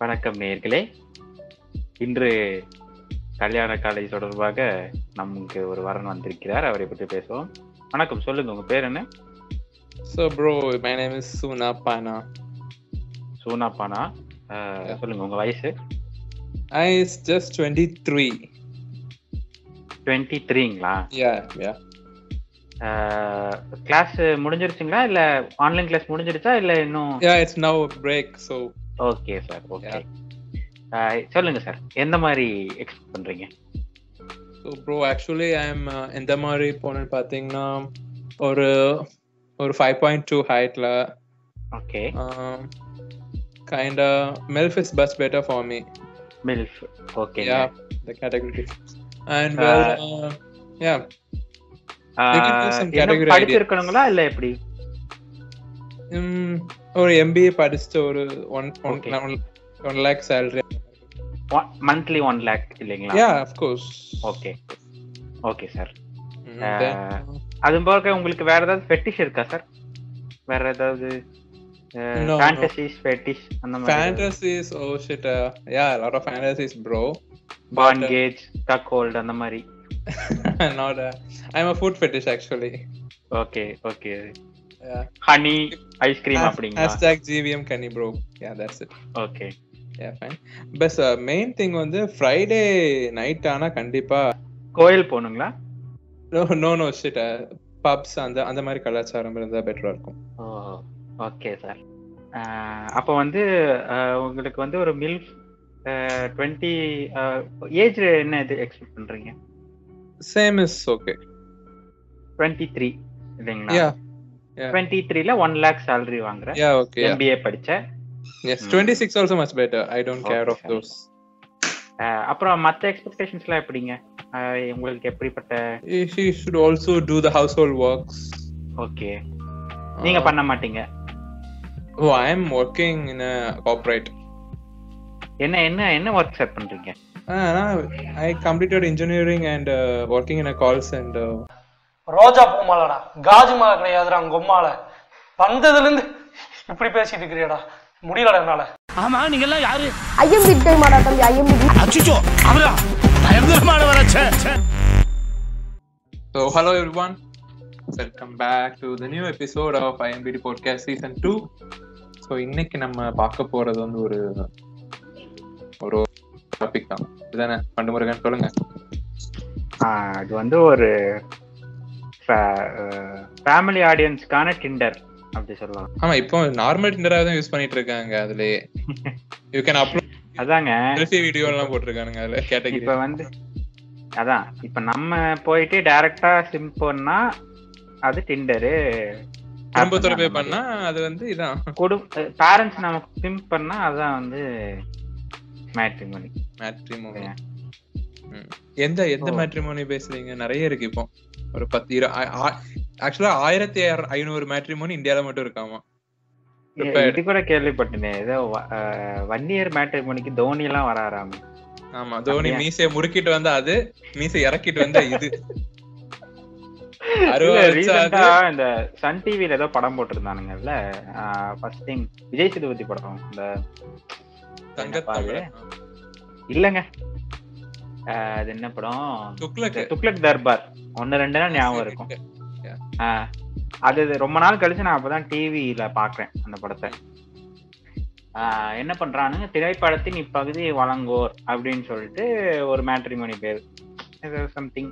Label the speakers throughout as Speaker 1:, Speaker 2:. Speaker 1: வணக்கம் நேயர்களே இன்று கல்யாண காலை தொடர்பாக நமக்கு ஒரு வரன் வந்திருக்கிறார் அவரை பற்றி பேசுவோம் வணக்கம் சொல்லுங்க உங்க பேர் என்ன
Speaker 2: So, bro, my name is Suna Pana.
Speaker 1: Soona Baana ah,
Speaker 2: Yeah.
Speaker 1: சொல்லுங்க உங்க வயசு
Speaker 2: I is just 23.
Speaker 1: டுவெண்ட்டி த்ரீங்களா
Speaker 2: Yeah, yeah.
Speaker 1: கிளாஸ் முடிஞ்சிருச்சுங்களா இல்ல ஆன்லைன் கிளாஸ் முடிஞ்சிருச்சா இல்ல இன்னும்
Speaker 2: Yeah, it's now a break, so
Speaker 1: okay sir okay சொல்லுங்க சார் எந்த மாதிரி எக்ஸ்பெக்ட் பண்றீங்க
Speaker 2: so bro, actually I'm uh, எந்த மாதிரி போனேன்னு பார்த்தீங்கன்னா ஒரு ஒரு ஃபைவ் பாயிண்ட் டூ ஹைட்ல
Speaker 1: okay
Speaker 2: Uh, Um, kinda milf is bus better for me
Speaker 1: milf okay
Speaker 2: yeah the category and
Speaker 1: Uh,
Speaker 2: well yeah you can do some category
Speaker 1: படிச்சிருக்கணுங்களா இல்ல எப்படி
Speaker 2: um, ஒரு எம்பிஏ படிச்சுட்டு ஒரு one
Speaker 1: Okay.
Speaker 2: One one lakh salary
Speaker 1: monthly one lakh இல்லைங்களா
Speaker 2: yeah of course
Speaker 1: okay okay sir
Speaker 2: Mm, then,
Speaker 1: Uh,
Speaker 2: uh,
Speaker 1: அது போக உங்களுக்கு வேற ஏதாவது ஃபெட்டிஷ் இருக்கா சார் வேற ஏதாவது
Speaker 2: No, no.
Speaker 1: ஃபேண்டசிஸ் ஃபெட்டிஷ் அந்த மாதிரி
Speaker 2: fantasies oh shit uh, yeah a lot of fantasies bro
Speaker 1: bondage cuckold அந்த மாதிரி
Speaker 2: not uh, i'm a food fetish actually
Speaker 1: okay okay
Speaker 2: yeah
Speaker 1: honey ice cream
Speaker 2: Has-
Speaker 1: அப்படிங்களா
Speaker 2: hashtag gvm kenny bro yeah that's it
Speaker 1: okay
Speaker 2: yeah fine but uh, main thing on the friday night ஆனா கண்டிப்பா
Speaker 1: கோயில் போகணுங்களா
Speaker 2: no no no shit uh, pubs அந்த அந்த மாதிரி கலாச்சாரம் இருந்தா பெட்டரா இருக்கும்
Speaker 1: ஓ ஓகே சார் அப்போ வந்து அஹ், உங்களுக்கு வந்து ஒரு மில்க் டுவெண்ட்டி ஏஜ் என்ன இது எக்ஸ்பெக்ட் பண்றீங்க
Speaker 2: same is okay
Speaker 1: twenty three இல்லைங்களா
Speaker 2: yeah Yeah.
Speaker 1: டுவெண்ட்டி த்ரீல ஒன் லேக் salary வாங்குற
Speaker 2: yeah okay yeah.
Speaker 1: எம்பிஏ படிச்ச
Speaker 2: yes
Speaker 1: Mm.
Speaker 2: 26 also much better i don't care
Speaker 1: Okay,
Speaker 2: of
Speaker 1: sir.
Speaker 2: those
Speaker 1: அஹ், அப்புறம் மத்த எக்ஸ்பெக்டேஷன்ஸ் எல்லாம் எப்படிங்க அஹ், உங்களுக்கு எப்படிப்பட்ட
Speaker 2: she should also do the household works
Speaker 1: okay நீங்க
Speaker 2: Uh,
Speaker 1: பண்ண மாட்டீங்க
Speaker 2: Oh, I'm working in a corporate.
Speaker 1: என்ன என்ன என்ன ஒர்க் சார் பண்றீங்க
Speaker 2: Uh, I completed engineering and uh, working in a call center.
Speaker 3: ரோஜா பூ மாலைடா காஜு மாலை கிடையாதுடா கொம்மாலை வந்ததுலேருந்து இப்படி பேசிட்டு இருக்கிறியடா முடியலடா என்னால
Speaker 4: ஆமா நீங்க எல்லாம் யாரு
Speaker 5: ஐயம்பிட்டை மாடா தம்பி ஐயம்பிட்டை
Speaker 4: அச்சுச்சோ அவரா பயங்கரமானவரா ச்சே ச்சே
Speaker 2: So, hello everyone. Welcome back to the new episode of IMBD Podcast Season 2. So இன்னைக்கு நம்ம பார்க்க போறது வந்து ஒரு ஒரு டாபிக் தான் இதுதானே பண்டு முருகன் சொல்லுங்க
Speaker 1: அது வந்து ஒரு ஃபேமிலி ஆடியன்ஸ்க்கான டிண்டர் அப்படி சொல்லலாம்
Speaker 2: ஆமா இப்போ நார்மல் டிண்டராக தான் யூஸ் பண்ணிட்டு இருக்காங்க அதுலயே யூ கேன் அப்லோட்
Speaker 1: அதாங்க
Speaker 2: செல்ஃபி வீடியோ எல்லாம் போட்டிருக்கானுங்க அதுல
Speaker 1: இப்ப
Speaker 2: கேட்டகரி
Speaker 1: வந்து அதான் இப்ப நம்ம போயிட்டு டைரக்டா சிம் பண்ணா அது டிண்டரு
Speaker 2: குடும்பத்தோட பே பண்ணா அது வந்து இதான்
Speaker 1: குடும் பேரண்ட்ஸ் நமக்கு சிம் பண்ணா அதான் வந்து மேட்ரிமோனி
Speaker 2: மேட்ரிமோனி எந்த எந்த மேட்ரிமோனி பேசுறீங்க நிறைய இருக்கு இப்போ ஒரு பத்து இரு ஆக்சுவலா ஆயிரத்தி ஐநூறு- ஐநூறு மேட்ரிமோனி இந்தியால மட்டும் இருக்காமா Prepared.
Speaker 1: இது கூட கேள்விப்பட்டேனே ஏதோ வன்னியர் மேட்ரிமோனிக்கு தோனி எல்லாம் வர ஆரம்பி
Speaker 2: ஆமா தோனி
Speaker 1: அப்படியா?
Speaker 2: மீசைய முறுக்கிட்டு வந்தா அது மீசை இறக்கிட்டு வந்தா இது அருவா வச்சா அது
Speaker 1: இந்த சன் டிவில ஏதோ படம் போட்டிருந்தானுங்கல்ல ஃபர்ஸ்ட் டைம் விஜய் சேதுபதி படம் இந்த
Speaker 2: தங்கத்தமிழ்
Speaker 1: இல்லங்க அஹ், அது என்ன படம்
Speaker 2: துக்ளக்கு
Speaker 1: இந்த துக்ளக் தர்பார் ஒன்னு ரெண்டு நாள் ஞாபகம் இருக்கும் ஆஹ் அது இது ரொம்ப நாள் கழிச்சு நான் அப்பதான் டிவியில பாக்குறேன் அந்த படத்தை ஆஹ் என்ன பண்றானுங்க திரைப்படத்தின் இப்பகுதி வழங்கோர் அப்படின்னு சொல்லிட்டு ஒரு மேட்ரிமோனி பேர் சம்திங்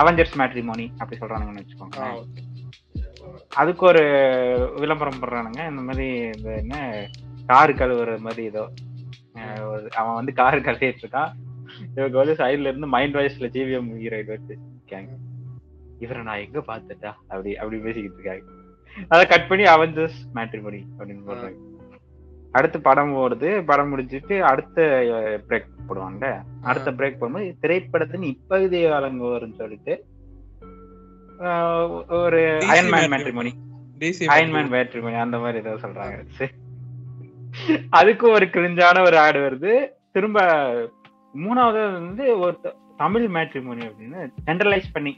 Speaker 1: அவெஞ்சர்ஸ் மேட்ரிமோனி அப்படி சொல்றானுங்கன்னு
Speaker 2: ஆ,
Speaker 1: வச்சுக்கோங்க
Speaker 2: okay.
Speaker 1: அதுக்கு ஒரு விளம்பரம் பண்றானுங்க இந்த மாதிரி இந்த என்ன காரு கழுவுற மாதிரி ஏதோ ஆஹ் ஒரு- அவன் வந்து காரு கழுவிட்டு இருக்கான் இவங்க வந்து சைடுல இருந்து மைண்ட் வாய்ஸ்ல ஜிவிஎம் ஹீரோயின் வச்சு இருக்காங்க இவரை நான் எங்க பார்த்துட்டா அப்படி அப்படி பேசிக்கிட்டு இருக்காங்க அதை கட் பண்ணி அவெஞ்சர்ஸ் மேட்ரிமோனி அப்படின்னு போடுறாங்க அடுத்து படம் ஓடுது படம் முடிஞ்சிட்டு அடுத்த பிரேக் போடுவாங்கல்ல அடுத்த பிரேக் போடும்போது திரைப்படத்தின் இப்பகுதி வழங்குவோர்னு சொல்லிட்டு ஆஹ் ஒரு
Speaker 2: DC
Speaker 1: Iron Man matrimony
Speaker 2: matrimony. DC
Speaker 1: Iron Man பேட்ரிமணி அந்த மாதிரி ஏதோ சொல்றாங்க சரி. அதுக்கும் ஒரு கிழிஞ்சான ஒரு ஆடு வருது திரும்ப மூணாவது வந்து ஒரு த- தமிழ் மேட்ரிமோனி அப்படின்னு ஜென்ரலைஸ் பண்ணி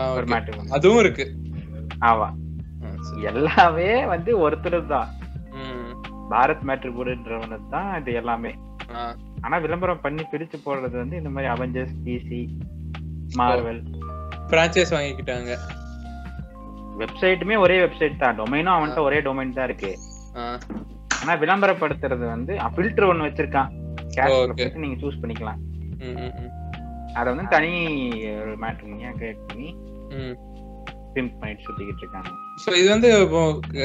Speaker 2: ஆ,
Speaker 1: ஒரு
Speaker 2: okay.
Speaker 1: மேட்ரிமோனி
Speaker 2: அதுவும் இருக்கு
Speaker 1: ஆமா
Speaker 2: ஆ, சரி.
Speaker 1: எல்லாமே வந்து ஒருத்தர் தான்
Speaker 2: ம்.
Speaker 1: பாரத் மேட்ரிபோர்டுன்றவனது தான் இது எல்லாமே ஆனா விளம்பரம் பண்ணி பிரிச்சு போடுறது வந்து இந்த மாதிரி அவெஞ்சர்ஸ் டிசி மார்வல்
Speaker 2: பிரான்ச்சைஸ் வாங்கிக்கிட்டாங்க
Speaker 1: வெப்சைட்டுமே ஒரே வெப்சைட் தான் டொமைனும் அவன்கிட்ட ஒரே டொமைன் தான் இருக்கு
Speaker 2: ஆஹ்
Speaker 1: ஆனா விளம்பரப்படுத்துறது வந்து ஃபில்டர் ஒன்னு வச்சிருக்கான்
Speaker 2: ஓ,
Speaker 1: கேஷ்
Speaker 2: okay.
Speaker 1: போயிட்டு நீங்க சூஸ் பண்ணிக்கலாம்
Speaker 2: உம் உம் உம்
Speaker 1: அதை வந்து தனி ஒரு மேட்ரிமோனியா கிரியேட் பண்ணி
Speaker 2: உம்
Speaker 1: பிரிண்ட் பண்ணிட்டு சுத்திக்கிட்டு இருக்காங்க
Speaker 2: ஸோ இது வந்து இப்போ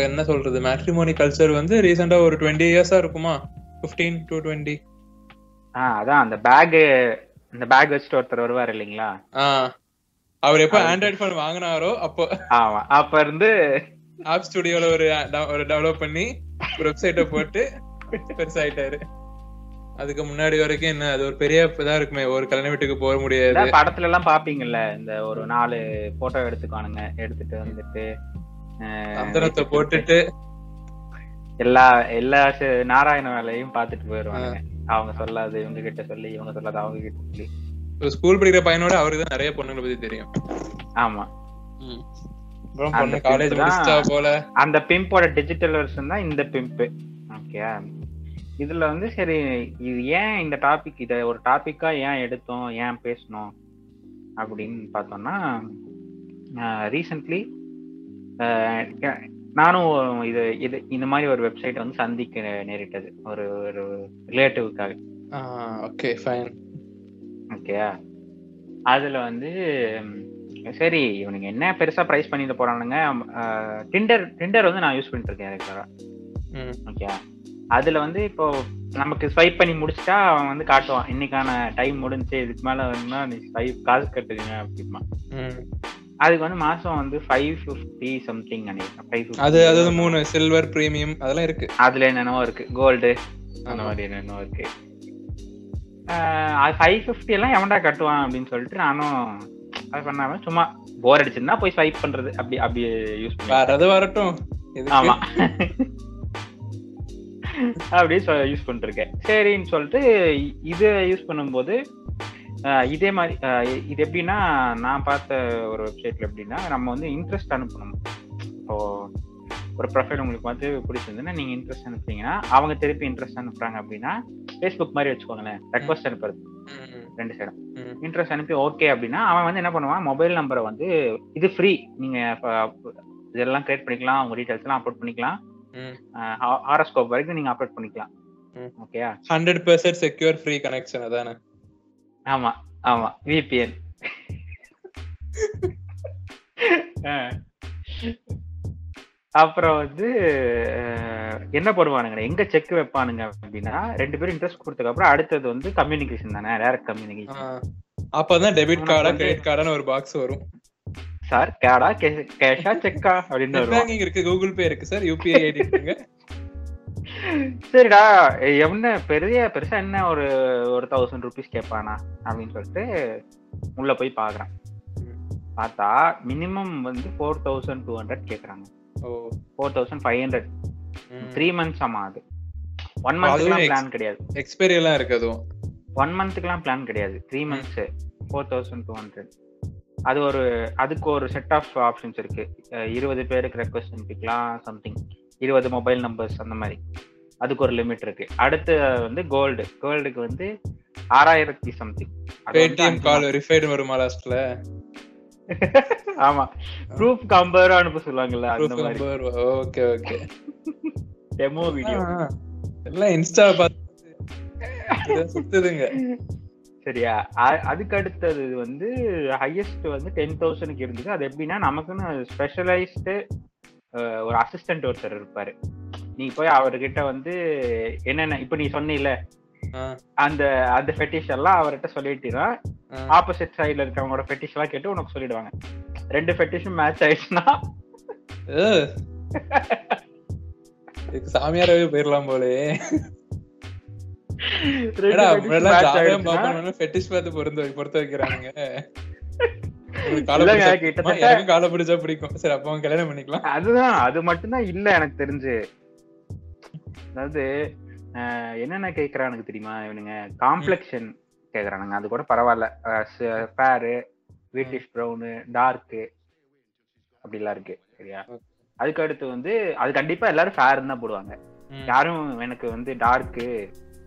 Speaker 2: என்ன சொல்றது மேட்ரிமோனி கல்ச்சர் வந்து ரீசெண்டா ஒரு டுவெண்ட்டி இயர்ஸா இருக்குமா ஃபிஃப்டீன் டு டுவெண்ட்டி
Speaker 1: ஆ அதான் அந்த பேக் அந்த பேக் வச்சுட்டு ஒருத்தர் வருவார் இல்லைங்களா
Speaker 2: ஆ அவர் எப்போ ஆண்ட்ராய்ட் ஃபோன் வாங்கினாரோ அப்போ
Speaker 1: ஆமா அப்ப இருந்து
Speaker 2: ஆப் ஸ்டுடியோல ஒரு de- ஒரு டெவலப் பண்ணி ஒரு வெப்சைட்டை போட்டு பெருசாயிட்டாரு அதுக்கு முன்னாடி வரைக்கும் என்ன அது ஒரு பெரிய இதா இருக்குமே ஒரு கல்யாண வீட்டுக்கு போக முடியாது
Speaker 1: இதான் படத்துல எல்லாம் பாப்பீங்கல்ல இந்த ஒரு நாலு போட்டோ எடுத்துக்கானுங்க எடுத்துட்டு வந்துட்டு அஹ்,
Speaker 2: அந்தரத்தை போட்டுட்டு
Speaker 1: எல்லா எல்லா ச- நாராயண வேலையும் பாத்துட்டு போயிருவாங்க அவங்க சொல்லாது இவங்க கிட்ட சொல்லி இவங்க சொல்லாது அவங்க கிட்ட சொல்லி
Speaker 2: ஒரு ஸ்கூல் படிக்கிற பையனோட அவருக்கு தான் நிறைய பொண்ணுங்களை பத்தி தெரியும்
Speaker 1: ஆமா
Speaker 2: அப்புறம்
Speaker 1: அந்த
Speaker 2: பொண்ணு காலேஜ்
Speaker 1: பிம்பு தான்.
Speaker 2: முடிச்சிட்டா போல
Speaker 1: அந்த பிம்போட டிஜிட்டல் வெர்ஷன் தான் இந்த பிம்ப் ஓகே இதுல வந்து சரி இது ஏன் இந்த டாபிக் இதை ஒரு டாபிக்கா ஏன் எடுத்தோம் ஏன் பேசணும் அப்படின்னு பார்த்தோம்னா ரீசன்ட்லி நானும் இது இது இந்த மாதிரி ஒரு வெப்சைட் வந்து சந்திக்க நேரிட்டது ஒரு ஒரு ரிலேட்டிவ்க்காக
Speaker 2: ஓகே ஃபைன்
Speaker 1: ஓகே அதுல வந்து ம், சரி இவனுங்க என்ன பெருசா ப்ரைஸ் பண்ணிட்டு போறானுங்க டிண்டர் டிண்டர் வந்து நான் யூஸ் பண்ணிட்டு இருக்கேன் ரெகுலரா
Speaker 2: ம்
Speaker 1: ஓகே அதுல வந்து இப்போ நமக்கு ஸ்வைப் பண்ணி முடிச்சிட்டா அவன் வந்து காட்டுவான் இன்னைக்கான டைம் முடிஞ்சு இதுக்கு மேல வேணும்னா நீ ஸ்வைப் காசு கட்டுங்க அப்படிமா
Speaker 2: ம்
Speaker 1: அதுக்கு வந்து மாசம் வந்து ஃபைவ் ஃபிஃப்டி சம்திங் நினைக்கிறேன் ஃபைவ்
Speaker 2: அது அது வந்து மூணு சில்வர் பிரீமியம் அதெல்லாம் இருக்கு
Speaker 1: அதுல என்னென்னவோ இருக்கு கோல்டு அந்த மாதிரி என்னென்னவோ இருக்கு ஃபைவ் ஃபிஃப்டி எல்லாம் எவன்டா கட்டுவான் அப்படின்னு சொல்லிட்டு நானும் அது பண்ணாம சும்மா போர் அடிச்சிருந்தா போய் ஸ்வைப் பண்றது அப்படி அப்படி யூஸ் பண்ணுவேன்
Speaker 2: வர்றது வரட்டும்
Speaker 1: ஆமா
Speaker 2: எதுக்கு?
Speaker 1: அப்படியே யூஸ் பண்ணிருக்கேன் சரின்னு சொல்லிட்டு இ- இதை யூஸ் பண்ணும்போது அஹ், இதே மாதிரி அஹ், இ- இது எப்படின்னா நான் பார்த்த ஒரு வெப்சைட்ல எப்படின்னா நம்ம வந்து இன்ட்ரெஸ்ட் அனுப்பணும் இப்போ ஒரு ப்ரொஃபைல் உங்களுக்கு வந்து பிடிச்சிருந்துன்னா நீங்க இன்ட்ரெஸ்ட் அனுப்புறீங்கன்னா அவங்க திருப்பி இன்ட்ரெஸ்ட் அனுப்புறாங்க அப்படின்னா ஃபேஸ்புக் மாதிரி வச்சுக்கோங்களேன் ரெக்வஸ்ட் அனுப்புறது
Speaker 2: ம்,
Speaker 1: ரெண்டு சைடும்
Speaker 2: ம்,
Speaker 1: இன்ட்ரெஸ்ட் அனுப்பி ஓகே அப்படின்னா அவன் வந்து என்ன பண்ணுவான் மொபைல் நம்பரை வந்து இது ஃப்ரீ நீங்க இப்ப இதெல்லாம் கிரியேட் பண்ணிக்கலாம் உங்க டீடைல்ஸ் எல்லாம் அப்லோட் பண்ணிக்கலாம்
Speaker 2: ம்.
Speaker 1: ஹாரோஸ்கோப் வரைக்கும் நீங்க அப்லோட் பண்ணிக்கலாம்
Speaker 2: ம்.
Speaker 1: ஓகே
Speaker 2: 100% செக்யூர் ஃப்ரீ கனெக்ஷன் அதானே
Speaker 1: ஆமா ஆமா விபிஎன் அப்புறம் வந்து அஹ், என்ன பண்ணுவானுங்க எங்க செக் வைப்பானுங்க அப்படின்னா ரெண்டு பேரும் இன்ட்ரெஸ்ட் கொடுத்ததுக்கு அப்புறம் அடுத்தது வந்து கம்யூனிகேஷன் தானே டைரக்ட்
Speaker 2: ஆ.
Speaker 1: கம்யூனிகேஷன்
Speaker 2: அப்பதான் டெபிட்
Speaker 1: உனக்கு
Speaker 2: கார்டா
Speaker 1: வந்து-
Speaker 2: கிரெடிட் கார்டான ஒரு பாக்ஸ் வரும்
Speaker 1: சார் கேடா கேஷா செக்கா அப்படின்னு
Speaker 2: நெட்
Speaker 1: வருவான்
Speaker 2: பேங்கிங் இருக்கு கூகுள் பே இருக்கு சார் யூபிஐ ஐடி இருக்குங்க
Speaker 1: சரிடா என்ன பெரிய பெருசா என்ன ஒரு ஒரு தௌசண்ட் ருபீஸ் கேட்பானா அப்படின்னு சொல்லிட்டு உள்ள போய் பாக்குறான் பார்த்தா மினிமம் வந்து ஃபோர் தௌசண்ட் டூ ஹண்ட்ரட் கேக்குறாங்க
Speaker 2: ஓ
Speaker 1: four thousand five hundred three months ஆமா அது ஒன்
Speaker 2: அதுவே
Speaker 1: மந்த்க்குலாம்
Speaker 2: ex-
Speaker 1: பிளான் கிடையாது
Speaker 2: எக்ஸ்பைரி எல்லாம் இருக்கு அதுவும்
Speaker 1: ஒன் மந்த்க்குலாம் பிளான் கிடையாது three months four thousand two hundred அது ஒரு அதுக்கு ஒரு செட் ஆஃப் ஆப்ஷன்ஸ் இருக்கு அஹ் இருபது பேருக்கு ரெக்வஸ்ட் அனுப்பிக்கலாம் சம்திங் இருபது மொபைல் நம்பர்ஸ் அந்த மாதிரி அதுக்கு ஒரு லிமிட் இருக்கு அடுத்து வந்து கோல்டு கோல்டுக்கு வந்து ஆறாயிரத்தி சம்திங்
Speaker 2: பேடிஎம் கால் வெரிஃபைடு வருமா லாஸ்ட்ல
Speaker 1: ஆமா ப்ரூஃப் கம்பர் அனுப்ப சொல்லுவாங்கல்ல அந்த மாதிரி
Speaker 2: ஓகே ஓகே
Speaker 1: டெமோ வீடியோ
Speaker 2: எல்லாம் இன்ஸ்டா பார்த்து இதை சுத்துதுங்க
Speaker 1: சரியா அ- அதுக்கு அடுத்தது வந்து ஹையஸ்ட் வந்து டென் தௌசண்ட்க்கு இருந்தது அது எப்படின்னா நமக்குன்னு ஸ்பெஷலைஸ்டு ஒரு அசிஸ்டன்ட் ஒருத்தர் இருப்பாரு நீ போய் அவர்கிட்ட வந்து என்னென்ன இப்ப நீ சொன்னீல
Speaker 2: ஆ,
Speaker 1: அந்த அந்த ஃபெட்டிஷ் எல்லாம் அவர்கிட்ட சொல்லிட்டீங்கன்னா
Speaker 2: ஆ.
Speaker 1: ஆப்போசிட் சைடுல இருக்கவங்களோட ஃபெட்டிஷ் எல்லாம் கேட்டு உனக்கு சொல்லிடுவாங்க ரெண்டு ஃபெட்டிஷும் மேட்ச் ஆயிடுச்சுன்னா
Speaker 2: ஏ, இதுக்கு சாமியாராவே போயிடலாம் போலயே
Speaker 1: ரெண்டு
Speaker 2: ஏடா,
Speaker 1: fetish
Speaker 2: முன்னாடிலாம்
Speaker 1: match
Speaker 2: ஜாதகம்
Speaker 1: ஆயிடுச்சுன்னா,
Speaker 2: பார்க்கணும்னு fetish பார்த்து பொருந்த- பொருத்த வைக்கிறானுங்க. உனக்கு காலை
Speaker 1: இல்லைங்க,
Speaker 2: பிடிச்சா பிடிக்குமா?
Speaker 1: கிட்டத்தட்ட-
Speaker 2: எனக்கும் காலை பிடிச்சா பிடிக்கும். சரி, அப்ப அவன் கல்யாணம் பண்ணிக்கலாம்.
Speaker 1: அதுதான் அது மட்டும்தான் இல்ல எனக்கு தெரிஞ்சு அதாவது அஹ், என்னென்ன கேக்குறானுங்க தெரியுமா இவனுங்க காம்ப்ளெக்ஷன் கேக்குறானுங்க அது கூட பரவாயில்ல ஃபேரு வீட்டிஷ் ப்ரௌனு டார்க்கு அப்படிலாம் இருக்கு சரியா அதுக்கு அடுத்து வந்து அது கண்டிப்பா எல்லாரும் ஃபேர்னு தான் போடுவாங்க
Speaker 2: ம்.
Speaker 1: யாரும் எனக்கு வந்து டார்க்கு